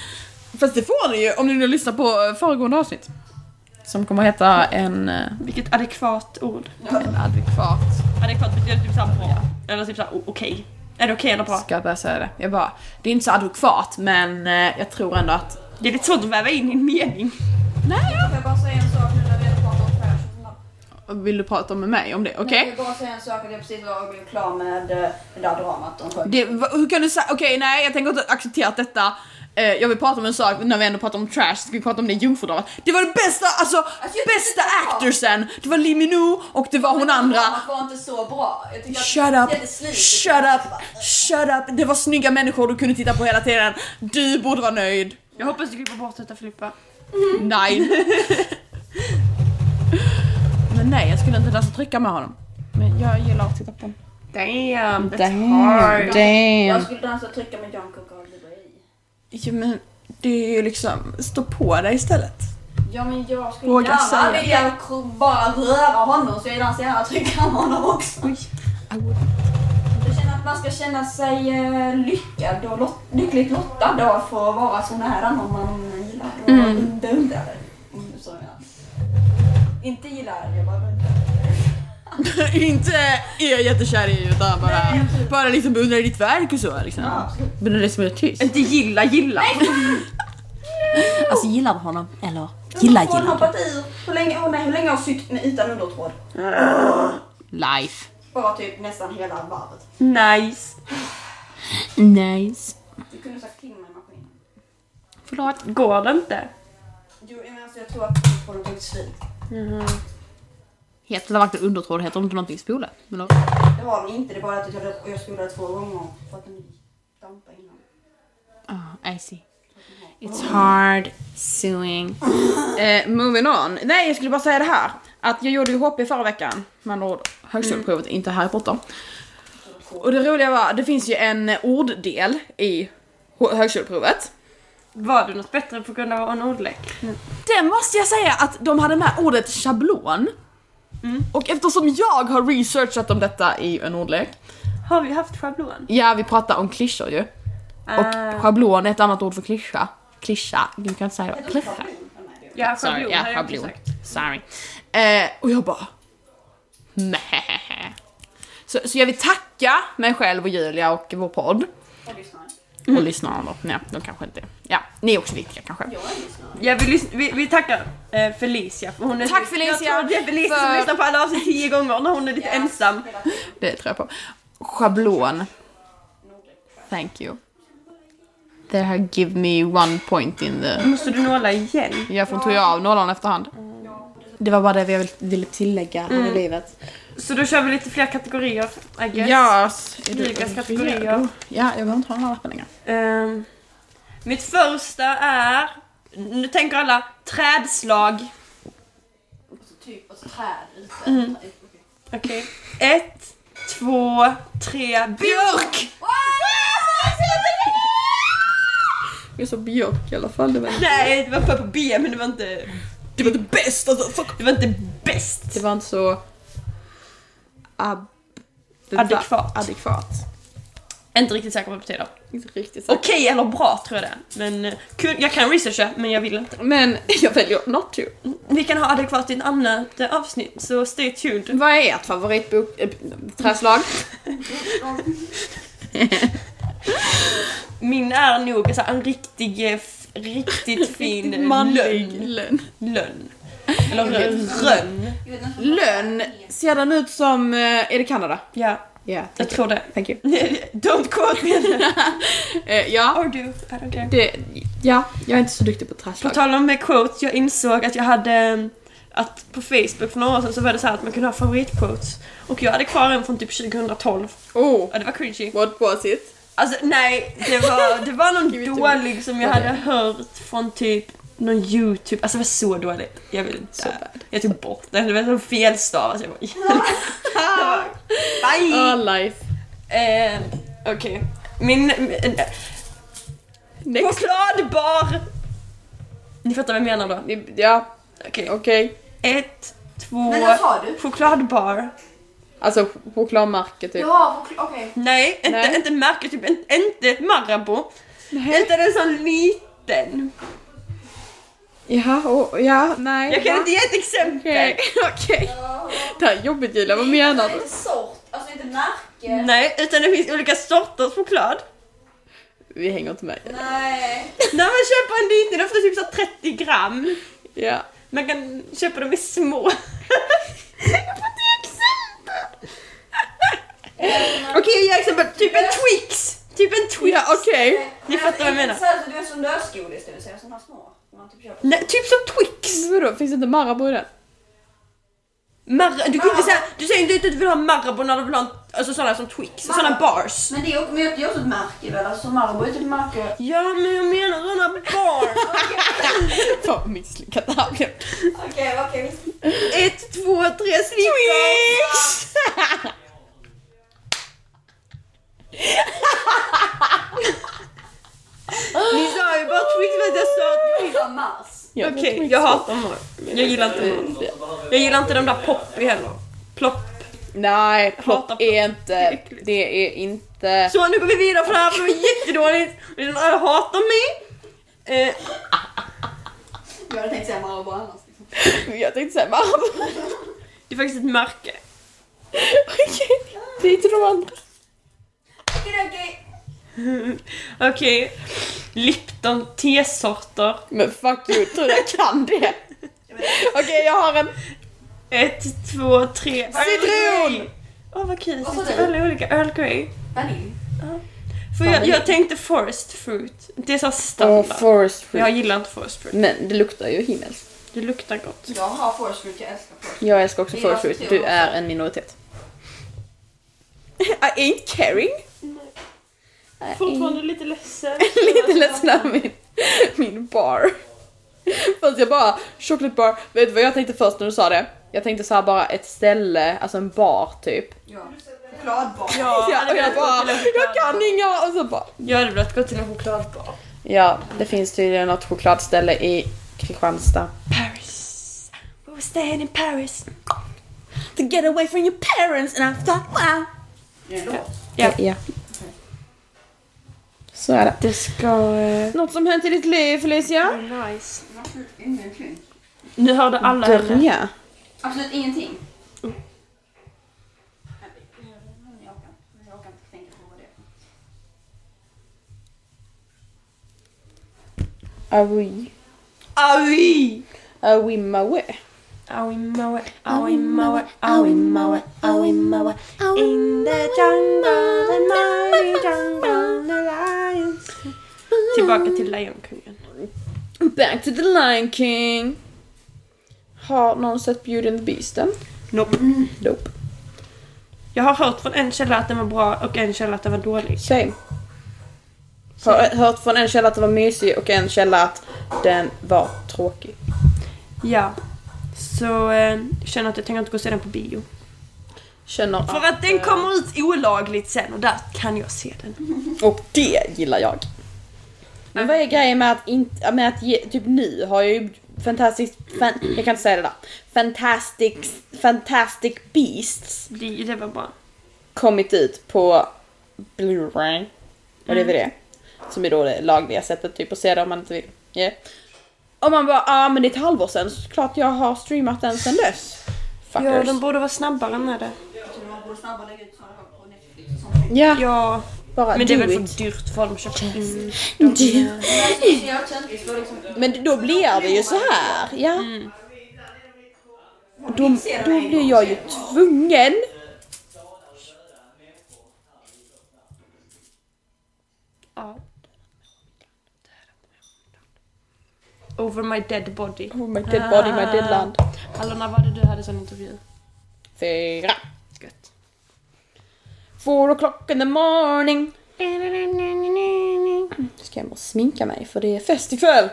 [SPEAKER 1] Fast det får ni ju om ni nu lyssnar på eh, föregående avsnitt. Som kommer att heta en... eh,
[SPEAKER 2] Vilket adekvat ord.
[SPEAKER 1] En adekvat...
[SPEAKER 2] Adekvat betyder typ såhär bra. Eller typ såhär o- okej. Är det okej eller bra?
[SPEAKER 1] Ska jag börja säga det? Jag bara, det är inte så adekvat men eh, jag tror ändå att...
[SPEAKER 2] Det är lite svårt att väva in i en mening.
[SPEAKER 1] Nej,
[SPEAKER 3] Får jag bara säga en sak nu när vi ändå pratar om fashion?
[SPEAKER 1] ja. Vill du prata med mig om det? Okej?
[SPEAKER 3] Jag vill bara säga en sak att jag precis var och blev klar med eh, det där dramat om sjukan.
[SPEAKER 1] Det, va- hur kan du säga, okej nej jag tänker inte acceptera detta. Eh, jag vill prata om en sak när vi ändå pratar om trash, ska vi prata om det jungfrudramat. Det var det bästa, alltså,
[SPEAKER 3] jag
[SPEAKER 1] bästa
[SPEAKER 3] tyckte det var-
[SPEAKER 1] actorsen! Det var Lee Minou och det var hon andra.
[SPEAKER 3] Dramat var inte så bra. Jag tycker
[SPEAKER 1] Shut
[SPEAKER 3] att
[SPEAKER 1] up,
[SPEAKER 3] det är slut.
[SPEAKER 1] shut up, shut up. Det var snygga människor du kunde titta på hela tiden. Du borde vara nöjd. Mm.
[SPEAKER 2] Jag hoppas du klipper bort detta Filippa.
[SPEAKER 1] Nej. Men nej, jag skulle inte ens trycka med honom. Men jag gillar att titta på honom.
[SPEAKER 2] Damn, that's
[SPEAKER 1] Damn, damn.
[SPEAKER 3] Jag skulle dansa och trycka med Jungkook och Oliver i.
[SPEAKER 1] Jo, men det är ju liksom, stå på dig istället.
[SPEAKER 3] Ja men jag skulle
[SPEAKER 1] Våga
[SPEAKER 3] gärna
[SPEAKER 1] säga.
[SPEAKER 3] vilja k- bara röra honom så jag dansar gärna trycka med honom också. Jag känner att man ska känna sig eh, lyckad och lot- lyckligt lottad då för att vara så nära någon man gillar och beundrar. Mm, så menar jag. Inte gillar, jag bara beundrar.
[SPEAKER 1] inte är jag jättekär i utan bara,
[SPEAKER 3] Nej, absolut.
[SPEAKER 1] bara liksom beundrar ditt verk och så liksom.
[SPEAKER 3] Ja, absolut.
[SPEAKER 1] Beundrar det som är tyst.
[SPEAKER 2] Inte gilla gilla.
[SPEAKER 1] Alltså gillar du honom? Eller gillar
[SPEAKER 3] Hon har
[SPEAKER 1] gillar
[SPEAKER 3] hoppat i. Hur länge, oh nej, hur länge har hon sytt med utan undertråd?
[SPEAKER 1] du? Life.
[SPEAKER 3] Bara typ nästan hela varvet.
[SPEAKER 2] Nice.
[SPEAKER 1] Nice.
[SPEAKER 3] Du kunde sagt till med maskinen.
[SPEAKER 2] Förlåt, går det inte?
[SPEAKER 3] Jo, men alltså jag tror att undertråden tog slut.
[SPEAKER 1] Heter det verkligen undertråd? Heter det inte någonting spola? Men-
[SPEAKER 3] Det var den inte, det var att jag, trodde- jag skulle ha två gånger för att den dampade innan.
[SPEAKER 1] Ah, I see. It's hard suing. Eh, moving on. Nej, jag skulle bara säga det här. Att jag gjorde ju HP förra veckan. Med andra ord, högskoleprovet, inte Harry Potter. Och det roliga var, det finns ju en orddel i hö- högskoleprovet.
[SPEAKER 2] Var du något bättre på grund av en ordlek?
[SPEAKER 1] Det måste jag säga att de hade med ordet schablon. Och eftersom jag har researchat om detta i en ordlek.
[SPEAKER 2] Har vi haft schablon?
[SPEAKER 1] Ja, vi pratar om klyschor ju. Och schablon är ett annat ord för klyscha. Klyscha, du kan inte säga det. Klyscha.
[SPEAKER 2] ja,
[SPEAKER 1] Sorry,
[SPEAKER 2] schablon
[SPEAKER 1] ja,
[SPEAKER 2] har jag också
[SPEAKER 1] schablon.
[SPEAKER 2] sagt.
[SPEAKER 1] Sorry. Eh, och jag bara... Nej. Så, så jag vill tacka mig själv och Julia och vår podd.
[SPEAKER 3] Och lyssnare.
[SPEAKER 1] Och lyssnarna då. Nej, de kanske inte... Ja, ni är också viktiga kanske.
[SPEAKER 3] Jag är lyssnare.
[SPEAKER 2] Ja, vi, lys- vi, vi tackar eh, Felicia. för Hon är
[SPEAKER 1] Tack, Felicia,
[SPEAKER 2] Jag tror att det är Felicia som
[SPEAKER 1] för-
[SPEAKER 2] lyssnar på alla avsnitt tio gånger när hon är lite ensam.
[SPEAKER 1] Det tror jag på. Schablon. Thank you. Det här give me one point in the...
[SPEAKER 2] Måste du nåla igen?
[SPEAKER 1] Jag får tog jag av nollan efterhand. Det var bara det jag ville tillägga här i livet.
[SPEAKER 2] Så då kör vi lite fler kategorier, I guess.
[SPEAKER 1] Yes. Är
[SPEAKER 2] Olika
[SPEAKER 1] redo?
[SPEAKER 2] kategorier.
[SPEAKER 1] Ja, jag behöver inte ha den här lappen längre.
[SPEAKER 2] Ehm, mitt första är... Nu tänker alla trädslag.
[SPEAKER 3] Och så typ, och så träd ute. Mm.
[SPEAKER 2] Okej. Ett, två, tre, björk!
[SPEAKER 1] Jag sa björk i alla fall. Det var,
[SPEAKER 2] Nej, det var på, på B men det var inte...
[SPEAKER 1] det var inte bäst alltså. Fuck.
[SPEAKER 2] Det var inte bäst.
[SPEAKER 1] Det var inte så... Ab...
[SPEAKER 2] Adekvat.
[SPEAKER 1] Adekvat.
[SPEAKER 2] Inte riktigt säker på vad det betyder.
[SPEAKER 1] Inte riktigt så.
[SPEAKER 2] Okej eller bra tror jag det är. Men eh, kun, jag kan researcha men jag vill inte.
[SPEAKER 1] Men jag väljer not to.
[SPEAKER 2] Vi kan ha adekvat i ett annat eh, avsnitt så stay tuned.
[SPEAKER 1] Vad är ert favoritbok... Äh, träslag?
[SPEAKER 2] Min är nog så här, en riktig, eh, f- riktigt fin eh, lönn.
[SPEAKER 1] Lönn.
[SPEAKER 2] Lönn. Eller rönn.
[SPEAKER 1] Lönn ser den ut som... eh, Är det Kanada?
[SPEAKER 2] Ja.
[SPEAKER 1] Ja,
[SPEAKER 2] Jag tror det.
[SPEAKER 1] Thank you.
[SPEAKER 2] Don't quote me.
[SPEAKER 1] Eh, ja.
[SPEAKER 2] Or do. I don't care.
[SPEAKER 1] Det, ja, jag är inte så duktig på
[SPEAKER 2] På
[SPEAKER 1] trashlag.
[SPEAKER 2] tal om med quotes, jag insåg att jag hade eh, att på Facebook för några år sedan så var det så här att man kunde ha favoritquotes. Och jag hade kvar en från typ 2012.
[SPEAKER 1] Oh,
[SPEAKER 2] Ja, det var cringy.
[SPEAKER 1] what was it?
[SPEAKER 2] Alltså nej, det var, det var
[SPEAKER 1] Give it to
[SPEAKER 2] någon
[SPEAKER 1] me.
[SPEAKER 2] dålig som jag
[SPEAKER 1] Okej.
[SPEAKER 2] hade hört från typ någon youtube, alltså det var så dåligt. Jag ville inte.
[SPEAKER 1] So bad.
[SPEAKER 2] jag tog bort den, det var som felstavat. Alltså, jag bara, Bye!
[SPEAKER 1] Ah, life.
[SPEAKER 2] Eh, Okej. Min... min-
[SPEAKER 1] Next.
[SPEAKER 2] Chokladbar! Ni fattar vad jag menar då?
[SPEAKER 1] Ja,
[SPEAKER 2] Okej.
[SPEAKER 1] okej.
[SPEAKER 2] Ett, två...
[SPEAKER 3] Men vad sa du?
[SPEAKER 2] Chokladbar.
[SPEAKER 1] Alltså ch- chokladmärke typ.
[SPEAKER 3] Ja, okej. okej.
[SPEAKER 2] Nej, inte,
[SPEAKER 1] Nej.
[SPEAKER 2] inte märke, typ en- inte ett Marabou. Utan en sån liten.
[SPEAKER 1] Ja, oh, ja, nej.
[SPEAKER 2] Jag kan
[SPEAKER 1] va?
[SPEAKER 2] inte ge ett exempel.
[SPEAKER 1] Okej, okej. Det här är jobbigt Julia, vad menar du?
[SPEAKER 3] Inte sort, alltså inte märke.
[SPEAKER 2] Nej, utan det finns olika sorters choklad.
[SPEAKER 1] Vi hänger inte med.
[SPEAKER 3] Nej.
[SPEAKER 2] När man köper en liten, ofta typ så här 30 gram.
[SPEAKER 1] Ja.
[SPEAKER 2] Man kan köpa dem i små. jag får inte ge exempel! Okej, jag ger exempel. Typ en Twix! Typ en Twix.
[SPEAKER 1] Ja, okej.
[SPEAKER 2] Ni fattar vad jag menar.
[SPEAKER 3] Inte så här, så du är som lösgodis, det vill säga såna här små. Man typ köper.
[SPEAKER 2] Nej, typ som Twix.
[SPEAKER 1] Vadå, finns det inte Marabou i den?
[SPEAKER 2] Mar- du, kan inte säga, du säger inte att du vill ha Marabou när du vill ha en, alltså sådana som Twix.
[SPEAKER 3] Marabou.
[SPEAKER 2] Sådana bars.
[SPEAKER 3] Men det är också, men det är också ett märke väl? Alltså Marabou är typ märke.
[SPEAKER 2] Ja, men jag menar sådana bars.
[SPEAKER 1] Fan vad misslyckat det här blev.
[SPEAKER 3] Okej, okej.
[SPEAKER 2] Ett, två, tre, Twix! Ni sa ju bara Twix för att jag sa Twix.
[SPEAKER 3] Första mars.
[SPEAKER 1] Ja,
[SPEAKER 2] Okej,
[SPEAKER 1] Twix
[SPEAKER 2] jag
[SPEAKER 1] då.
[SPEAKER 2] hatar Marabou. Jag gillar inte Marabou. Jag gillar inte de där Poppy heller. Plopp.
[SPEAKER 1] Nej,
[SPEAKER 2] hatar
[SPEAKER 1] plopp
[SPEAKER 2] plopp.
[SPEAKER 1] är
[SPEAKER 2] Det är
[SPEAKER 1] inte...
[SPEAKER 2] äckligt.
[SPEAKER 1] Det är inte...
[SPEAKER 2] Så nu går vi vidare för det här för det var jättedåligt. Det är den Jag hatar mig. Eh,
[SPEAKER 3] Jag hade tänkt säga Marabou annars. Liksom.
[SPEAKER 1] Jag tänkte säga Marabou.
[SPEAKER 2] det är faktiskt ett märke.
[SPEAKER 1] Okej, det är inte de andra.
[SPEAKER 3] Okej, okej.
[SPEAKER 2] Okej. Lipton tesorter.
[SPEAKER 1] Men fuck you, tror du jag kan det? Okej, jag har en...
[SPEAKER 2] Ett, två, tre. Earl
[SPEAKER 1] Citron!
[SPEAKER 2] Grey. Åh vad kul,
[SPEAKER 3] Och så
[SPEAKER 2] det
[SPEAKER 3] dig.
[SPEAKER 2] alla olika Earl Grey.
[SPEAKER 3] Vanilj.
[SPEAKER 2] För jag, jag tänkte forest fruit. Det är så här
[SPEAKER 1] Åh,
[SPEAKER 2] standard.
[SPEAKER 1] forest fruit.
[SPEAKER 2] Jag gillar inte forest fruit.
[SPEAKER 1] Men det luktar ju himmelskt.
[SPEAKER 2] Det luktar gott.
[SPEAKER 3] Jag har forest fruit, jag älskar forest
[SPEAKER 1] Jag älskar också
[SPEAKER 3] Det är
[SPEAKER 1] forest
[SPEAKER 3] jag
[SPEAKER 1] fruit.
[SPEAKER 3] tror
[SPEAKER 1] Du är en minoritet. I ain't caring. I ain't
[SPEAKER 2] Fortfarande lite ledsen.
[SPEAKER 1] lite ledsen över min, min bar. Fast jag bara, chocolate bar. Vet du vad jag tänkte först när du sa det? Jag tänkte så här bara ett ställe, alltså en bar typ.
[SPEAKER 3] Ja. Chokladbar.
[SPEAKER 2] Ja, jag
[SPEAKER 1] Ja, och
[SPEAKER 2] hade
[SPEAKER 1] jag
[SPEAKER 2] velat
[SPEAKER 1] bara,
[SPEAKER 2] gå till en
[SPEAKER 1] jag kan
[SPEAKER 2] chokladbar.
[SPEAKER 1] inga! Och så bara,
[SPEAKER 2] Jag hade velat gå till en chokladbar.
[SPEAKER 1] ja, det finns tydligen något chokladställe i Kristianstad.
[SPEAKER 2] Paris. We were staying in Paris.
[SPEAKER 1] To get away from your parents and I thought wow.
[SPEAKER 3] Det är en låt.
[SPEAKER 1] Ja. ja. Så är det.
[SPEAKER 2] Det ska... eh,
[SPEAKER 1] Något som hänt i ditt liv Felicia?
[SPEAKER 2] vara nice.
[SPEAKER 3] Absolut ingenting.
[SPEAKER 2] Nu hörde alla henne.
[SPEAKER 1] Börja.
[SPEAKER 3] Absolut ingenting. Men jag orkar inte- jag orkar inte tänka på vad det är.
[SPEAKER 1] Awi.
[SPEAKER 2] Aui!
[SPEAKER 1] Awi mawe.
[SPEAKER 2] Aui maue, aui maue, aui maue, awi maue. In the jungle, the mighty jungle, the lions. Tillbaka till Lejonkungen.
[SPEAKER 1] Back to the Lion King. Har någon sett Beauty and the Beast än?
[SPEAKER 2] Nope.
[SPEAKER 1] Nope.
[SPEAKER 2] Jag har hört från en källa att den var bra och en källa att den var dålig.
[SPEAKER 1] Same. Har hört från en källa att den var mysig och en källa att den var tråkig.
[SPEAKER 2] Ja. Så eh, jag känner att jag tänker inte gå och se den på bio.
[SPEAKER 1] Känner
[SPEAKER 2] För att den kommer ut olagligt sen och där kan jag se den.
[SPEAKER 1] Och det gillar jag. Men vad är grejen med att inte, med att ge, typ nu har jag ju Fantastic, fan, jag kan inte säga det där. Fantastic, Fantastic Beasts
[SPEAKER 2] Det, det var bra.
[SPEAKER 1] kommit ut på Blu-ray och DVD. Som är då det lagliga sättet typ att se det om man inte vill. Yeah. Och man bara, ah men det är ett halvår sedan så klart jag har streamat den sedan dess.
[SPEAKER 2] Ja,
[SPEAKER 1] Fuckers.
[SPEAKER 2] den borde vara snabbare med det.
[SPEAKER 3] Jag tror man borde snabbare lägga ut sådana saker på Netflix typ. och sånt.
[SPEAKER 1] Ja,
[SPEAKER 2] Ja,
[SPEAKER 1] bara
[SPEAKER 2] men det
[SPEAKER 1] do
[SPEAKER 2] är väl
[SPEAKER 1] it.
[SPEAKER 2] för dyrt för dem att köpa in.
[SPEAKER 1] Do.
[SPEAKER 3] Men alltså, så jag exempelvis var liksom...
[SPEAKER 1] Men då blir det ju så här. Ja.
[SPEAKER 3] Man
[SPEAKER 1] Då,
[SPEAKER 3] fixerar
[SPEAKER 1] då
[SPEAKER 3] en gång
[SPEAKER 1] blir jag ju
[SPEAKER 3] sen.
[SPEAKER 1] tvungen
[SPEAKER 2] Over my dead body.
[SPEAKER 1] Oh, my dead body, my dead land.
[SPEAKER 2] Hallå, när var det du hade sån intervju?
[SPEAKER 1] Fyra.
[SPEAKER 2] Gött.
[SPEAKER 1] Four o'clock in the morning.
[SPEAKER 2] Mm.
[SPEAKER 1] Nu ska jag bara sminka mig för det är fest ikväll.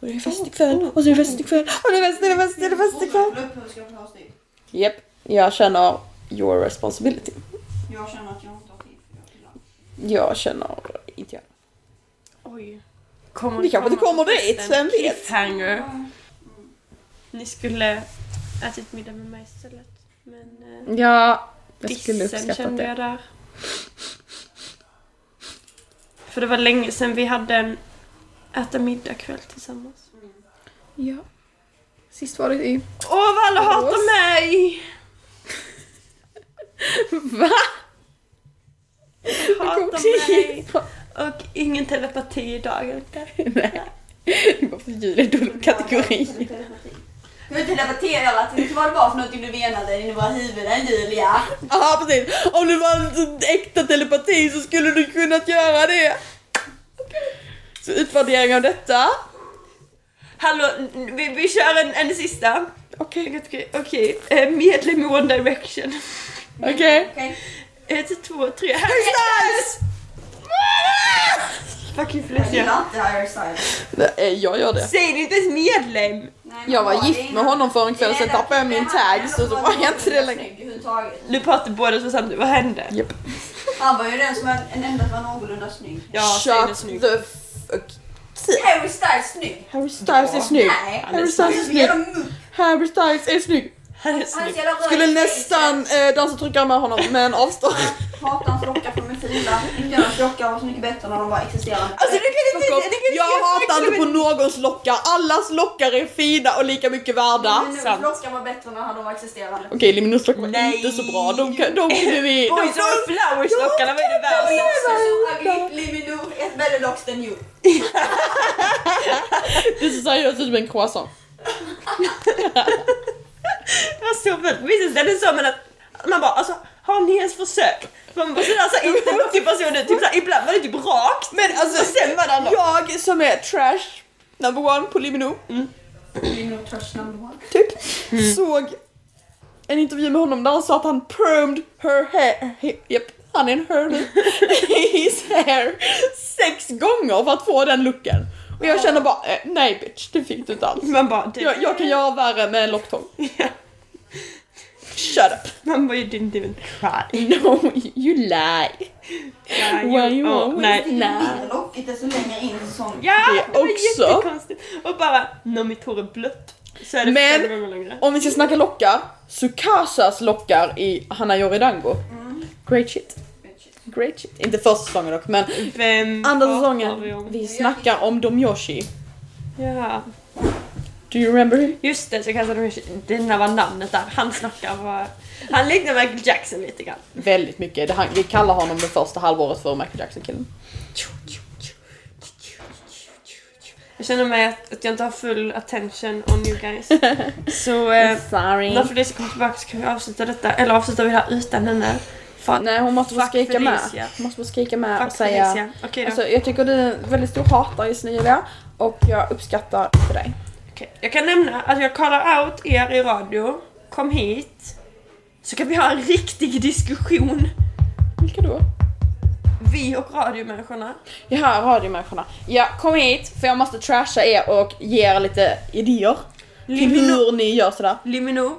[SPEAKER 1] Och det är fest ikväll och så är det fest ikväll och det är fest, det är fest, det är fest ikväll. Japp, jag känner your responsibility.
[SPEAKER 3] Jag känner att jag inte har tid för jag vill ha-
[SPEAKER 1] Jag känner inte jag.
[SPEAKER 2] Oj. Kommer
[SPEAKER 1] Vi kanske inte kommer dit, vem vet?
[SPEAKER 2] Cliffhanger. Ni skulle ätit middag med mig istället. Men eh,
[SPEAKER 1] Ja, jag skulle
[SPEAKER 2] dissen
[SPEAKER 1] uppskatta
[SPEAKER 2] kände
[SPEAKER 1] det.
[SPEAKER 2] jag där. För det var länge sedan vi hade en äta middag kväll tillsammans.
[SPEAKER 1] Ja. Sist var det i...
[SPEAKER 2] Åh vad alla
[SPEAKER 1] Ås.
[SPEAKER 2] hatar mig!
[SPEAKER 1] Va?
[SPEAKER 2] Hatar mig! Och ingen telepati idag inte.
[SPEAKER 1] Nej. Det var för djur är dålig kategori.
[SPEAKER 3] Jag vet inte, debattera att det var det var för någonting du menade i våra huvuden Julia.
[SPEAKER 1] Ja precis, om det var en sån äkta telepati så skulle du kunnat göra det. Så utvärdering av detta.
[SPEAKER 2] Hallå, n- vi, vi kör en, en sista.
[SPEAKER 1] Okej.
[SPEAKER 2] Okej, okej. Eh, Medlem i One Direction.
[SPEAKER 1] Okej.
[SPEAKER 3] Okej?
[SPEAKER 2] Ett, två, tre. Här Fucking
[SPEAKER 3] Jag
[SPEAKER 2] Felicia.
[SPEAKER 3] gillar inte Harry Styles.
[SPEAKER 1] Nej, eh, Jag gör det.
[SPEAKER 2] Säg det inte ens medlem!
[SPEAKER 3] Nej, men
[SPEAKER 1] Jag
[SPEAKER 3] det
[SPEAKER 1] var gift
[SPEAKER 3] ingen-
[SPEAKER 1] med honom för en kväll, sen
[SPEAKER 3] Det är
[SPEAKER 1] tappade jag min
[SPEAKER 3] det- han-
[SPEAKER 1] tag så då
[SPEAKER 3] han
[SPEAKER 1] var jag inte det längre.
[SPEAKER 3] snygg överhuvudtaget.
[SPEAKER 2] Nu pratar båda så samtidigt, vad hände?
[SPEAKER 1] Japp.
[SPEAKER 3] Han var ju den som var en enda som var någorlunda snygg.
[SPEAKER 2] Ja, säg det
[SPEAKER 1] Shut
[SPEAKER 2] snyggt.
[SPEAKER 1] the fuck.
[SPEAKER 3] Harry Styles snygg!
[SPEAKER 1] Harry Styles är snygg.
[SPEAKER 3] Nej!
[SPEAKER 1] Harry Styles är
[SPEAKER 3] Han är så
[SPEAKER 1] snygg.
[SPEAKER 3] jävla mugg.
[SPEAKER 1] Harry Styles är snygg.
[SPEAKER 2] Han är
[SPEAKER 3] Han är så
[SPEAKER 2] snygg.
[SPEAKER 3] jävla röd i
[SPEAKER 1] Skulle
[SPEAKER 3] fejset.
[SPEAKER 1] nästan eh, dansa tryckare med honom men avstår.
[SPEAKER 3] Hatar hans rockar för de är fula. Inte hans rockar var så mycket bättre när de bara existerade.
[SPEAKER 2] Alltså du kan inte... Du kan
[SPEAKER 1] Jag hatar inte på någons lockar. Allas lockar är fina och lika mycket värda.
[SPEAKER 3] Men nu,
[SPEAKER 2] sant.
[SPEAKER 3] rockar var bättre när de var existerande.
[SPEAKER 1] Okej, Liminus lockar var
[SPEAKER 2] Nej.
[SPEAKER 1] inte så bra. De, kan- de kunde vi... De,
[SPEAKER 2] Boys and Flowers-lockarna var ju Alltså, det värsta.
[SPEAKER 3] Liminor, ett better locks than you.
[SPEAKER 1] det ser seriöst ut som en croissant.
[SPEAKER 2] Det var så fult. Vissa ställen sa man att man bara alltså har ni ens försökt? Man bara sådär såhär inte duktig person ut. Typ såhär, ibland var det typ rakt.
[SPEAKER 1] Men alltså,
[SPEAKER 2] Och sen var det annat.
[SPEAKER 1] jag som är trash number one på Limino
[SPEAKER 3] Liminor touch number one.
[SPEAKER 1] typ, såg en intervju med honom där han sa att han permed her hair, he, yep, han är en her nu, his hair sex gånger för att få den looken. Och jag känner bara, eh, nej bitch, det fick du inte alls.
[SPEAKER 2] Man bara du,
[SPEAKER 1] Jag, jag kan göra värre med en locktång. Shut up.
[SPEAKER 2] man bara you didn't even try.
[SPEAKER 1] No, you lie.
[SPEAKER 2] Ja,
[SPEAKER 1] Why
[SPEAKER 2] jo,
[SPEAKER 1] you
[SPEAKER 2] ja,
[SPEAKER 1] always
[SPEAKER 2] Oh, nej.
[SPEAKER 3] Mindre lockigt desto längre in i säsongen.
[SPEAKER 2] Ja,
[SPEAKER 1] Det
[SPEAKER 2] det var
[SPEAKER 1] också.
[SPEAKER 2] jättekonstigt. Och bara när mitt hår är blött så är det
[SPEAKER 1] Men-
[SPEAKER 2] fem gånger längre.
[SPEAKER 1] Om vi ska snacka lockar, Sukasas lockar i Hanna Yoridango.
[SPEAKER 2] Mm.
[SPEAKER 1] Great shit. Great shit. Inte första säsongen dock, men
[SPEAKER 2] Vem
[SPEAKER 1] andra
[SPEAKER 2] pratar vi
[SPEAKER 1] säsongen.
[SPEAKER 2] om?
[SPEAKER 1] Vi snackar om Domyoshi.
[SPEAKER 2] Ja,
[SPEAKER 1] Do you remember him?
[SPEAKER 2] just det så kastade de denna var namnet där. Han snackar var han liknar Michael Jackson lite grann.
[SPEAKER 1] Väldigt mycket. Det, han, vi kallar honom det första halvåret för Michael Jackson-killen.
[SPEAKER 2] Jag känner mig att, att jag inte har full attention on you guys. Så eh,
[SPEAKER 1] Sorry.
[SPEAKER 2] när Felicia kommer tillbaka så kan vi avsluta detta, eller avslutar vi det här utan henne. Fan.
[SPEAKER 1] Nej, hon måste få
[SPEAKER 2] Fuck
[SPEAKER 1] skrika med.
[SPEAKER 2] Felicia.
[SPEAKER 1] Hon måste få skrika med och
[SPEAKER 2] Fuck
[SPEAKER 1] säga...
[SPEAKER 2] Felicia. Okej då.
[SPEAKER 1] Alltså, jag tycker du är en väldigt stor hatare just nu Julia. Och jag uppskattar för dig.
[SPEAKER 2] Okej. Jag kan nämna att jag kallar out er i radio. Kom hit. Så kan vi ha en riktig diskussion.
[SPEAKER 1] Vilka då?
[SPEAKER 2] Vi och radiomänniskorna.
[SPEAKER 1] Jaha, radiomänniskorna. Ja, kom hit för jag måste trasha er och ge er lite idéer. Till
[SPEAKER 2] Limino-
[SPEAKER 1] hur ni gör sådär.
[SPEAKER 2] Limino,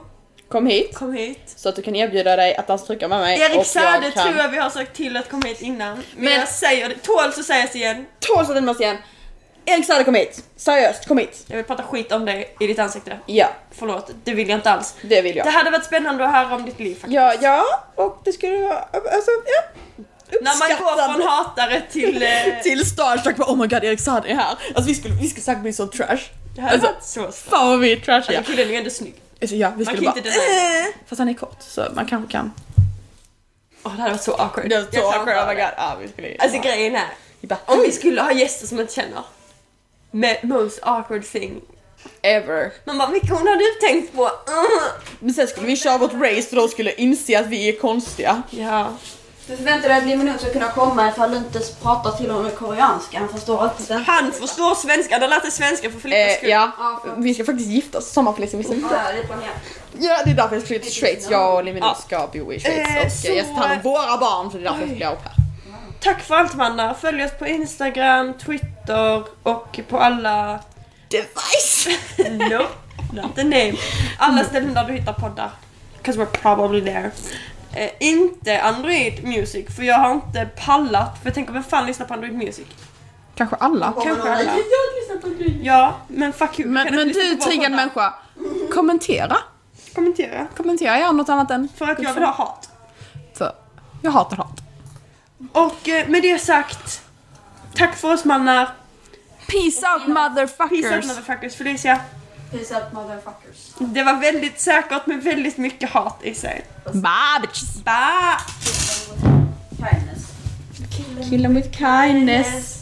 [SPEAKER 1] Kom hit.
[SPEAKER 2] kom hit.
[SPEAKER 1] Så att du kan erbjuda dig att dansa trycka med mig.
[SPEAKER 2] Erik Saade
[SPEAKER 1] kan-
[SPEAKER 2] tror jag vi har sagt till att komma hit innan. Men,
[SPEAKER 1] Men-
[SPEAKER 2] jag säger det. Tål så sägs igen.
[SPEAKER 1] Tål så den måste igen. Erik Saade kom hit. Seriöst, kom hit.
[SPEAKER 2] Jag vill prata skit om dig i ditt ansikte.
[SPEAKER 1] Ja,
[SPEAKER 2] Förlåt, det vill jag inte alls.
[SPEAKER 1] det vill
[SPEAKER 2] Det
[SPEAKER 1] jag.
[SPEAKER 2] hade varit spännande att höra om ditt liv faktiskt.
[SPEAKER 1] Ja, ja, och det skulle vara... Alltså, ja.
[SPEAKER 2] När man går från hatare till... Eh,
[SPEAKER 1] Till starstruck bara oh my god Erik Saade är här. Alltså vi skulle, vi skulle sagt bli så trash.
[SPEAKER 2] det här
[SPEAKER 1] Alltså,
[SPEAKER 2] var så starkt.
[SPEAKER 1] Fan vad vi är trashiga.
[SPEAKER 2] Alltså, killen är ju ändå snygg.
[SPEAKER 1] Alltså, ja, vi
[SPEAKER 2] Man
[SPEAKER 1] skulle
[SPEAKER 2] kan
[SPEAKER 1] bara...
[SPEAKER 2] inte deny
[SPEAKER 1] Fast han är kort så man kanske kan...
[SPEAKER 2] Åh det här var så awkward.
[SPEAKER 1] Det var
[SPEAKER 2] Jag
[SPEAKER 1] så
[SPEAKER 2] kan
[SPEAKER 1] awkward, oh
[SPEAKER 2] inte
[SPEAKER 1] my
[SPEAKER 2] ha
[SPEAKER 1] god.
[SPEAKER 2] det.
[SPEAKER 1] Ja, vi skulle...
[SPEAKER 2] Alltså grejen är,
[SPEAKER 1] Vi bara,
[SPEAKER 2] om vi skulle ha gäster som man inte känner. Med most awkward thing.
[SPEAKER 1] ever.
[SPEAKER 2] Man bara, vilka hon har du tänkt på? Uh.
[SPEAKER 1] Men sen skulle vi köra vårt race för de skulle inse att vi är konstiga.
[SPEAKER 2] Ja.
[SPEAKER 3] För förväntar dig att Lee Min-Ho ska kunna komma ifall du inte pratar till honom i koreanska. Han förstår inte svenska.
[SPEAKER 2] Han förstår svenska, han har lärt sig svenska för Filippas
[SPEAKER 1] Eh,
[SPEAKER 2] skull.
[SPEAKER 1] ja,
[SPEAKER 3] Ja, för-
[SPEAKER 1] vi ska faktiskt gifta oss sommarförlisningsveckan.
[SPEAKER 3] Ja, det är planerat.
[SPEAKER 1] Ja, det är därför jag skulle till Schweiz. Jag och Limino
[SPEAKER 2] Ja.
[SPEAKER 1] ska bo i
[SPEAKER 2] Eh,
[SPEAKER 1] Schweiz och jag ska ta hand om våra barn så det är därför jag skulle upp här.
[SPEAKER 2] Tack för allt Amanda, följ oss på Instagram, Twitter och på alla...
[SPEAKER 1] Device!
[SPEAKER 2] No, not the name. Alla ställen där du hittar poddar. 'Cause we're probably there. Eh, inte Android Music, för jag har inte pallat. För jag tänker, vem fan lyssnar på Android Music?
[SPEAKER 1] Kanske alla.
[SPEAKER 2] Kanske alla.
[SPEAKER 3] lyssnar på Gry.
[SPEAKER 2] Ja, men fuck you.
[SPEAKER 1] Men,
[SPEAKER 2] Kan
[SPEAKER 1] men
[SPEAKER 2] lyssna
[SPEAKER 1] du
[SPEAKER 2] på vår
[SPEAKER 1] triggad
[SPEAKER 2] podd?
[SPEAKER 1] människa, kommentera.
[SPEAKER 2] Kommentera.
[SPEAKER 1] Kommentera gärna något annat än
[SPEAKER 2] För att jag vill ha hat.
[SPEAKER 1] För jag hatar hat.
[SPEAKER 2] Och eh, med det sagt, tack för oss mannar.
[SPEAKER 1] Peace out
[SPEAKER 2] Peace out
[SPEAKER 1] motherfuckers!
[SPEAKER 2] motherfuckers. Felicia,
[SPEAKER 3] Peace out motherfuckers.
[SPEAKER 2] det var väldigt säkert med väldigt mycket hat i sig.
[SPEAKER 1] Bye bitches!
[SPEAKER 2] Bye!
[SPEAKER 3] Kindness.
[SPEAKER 1] Kill them with kindness.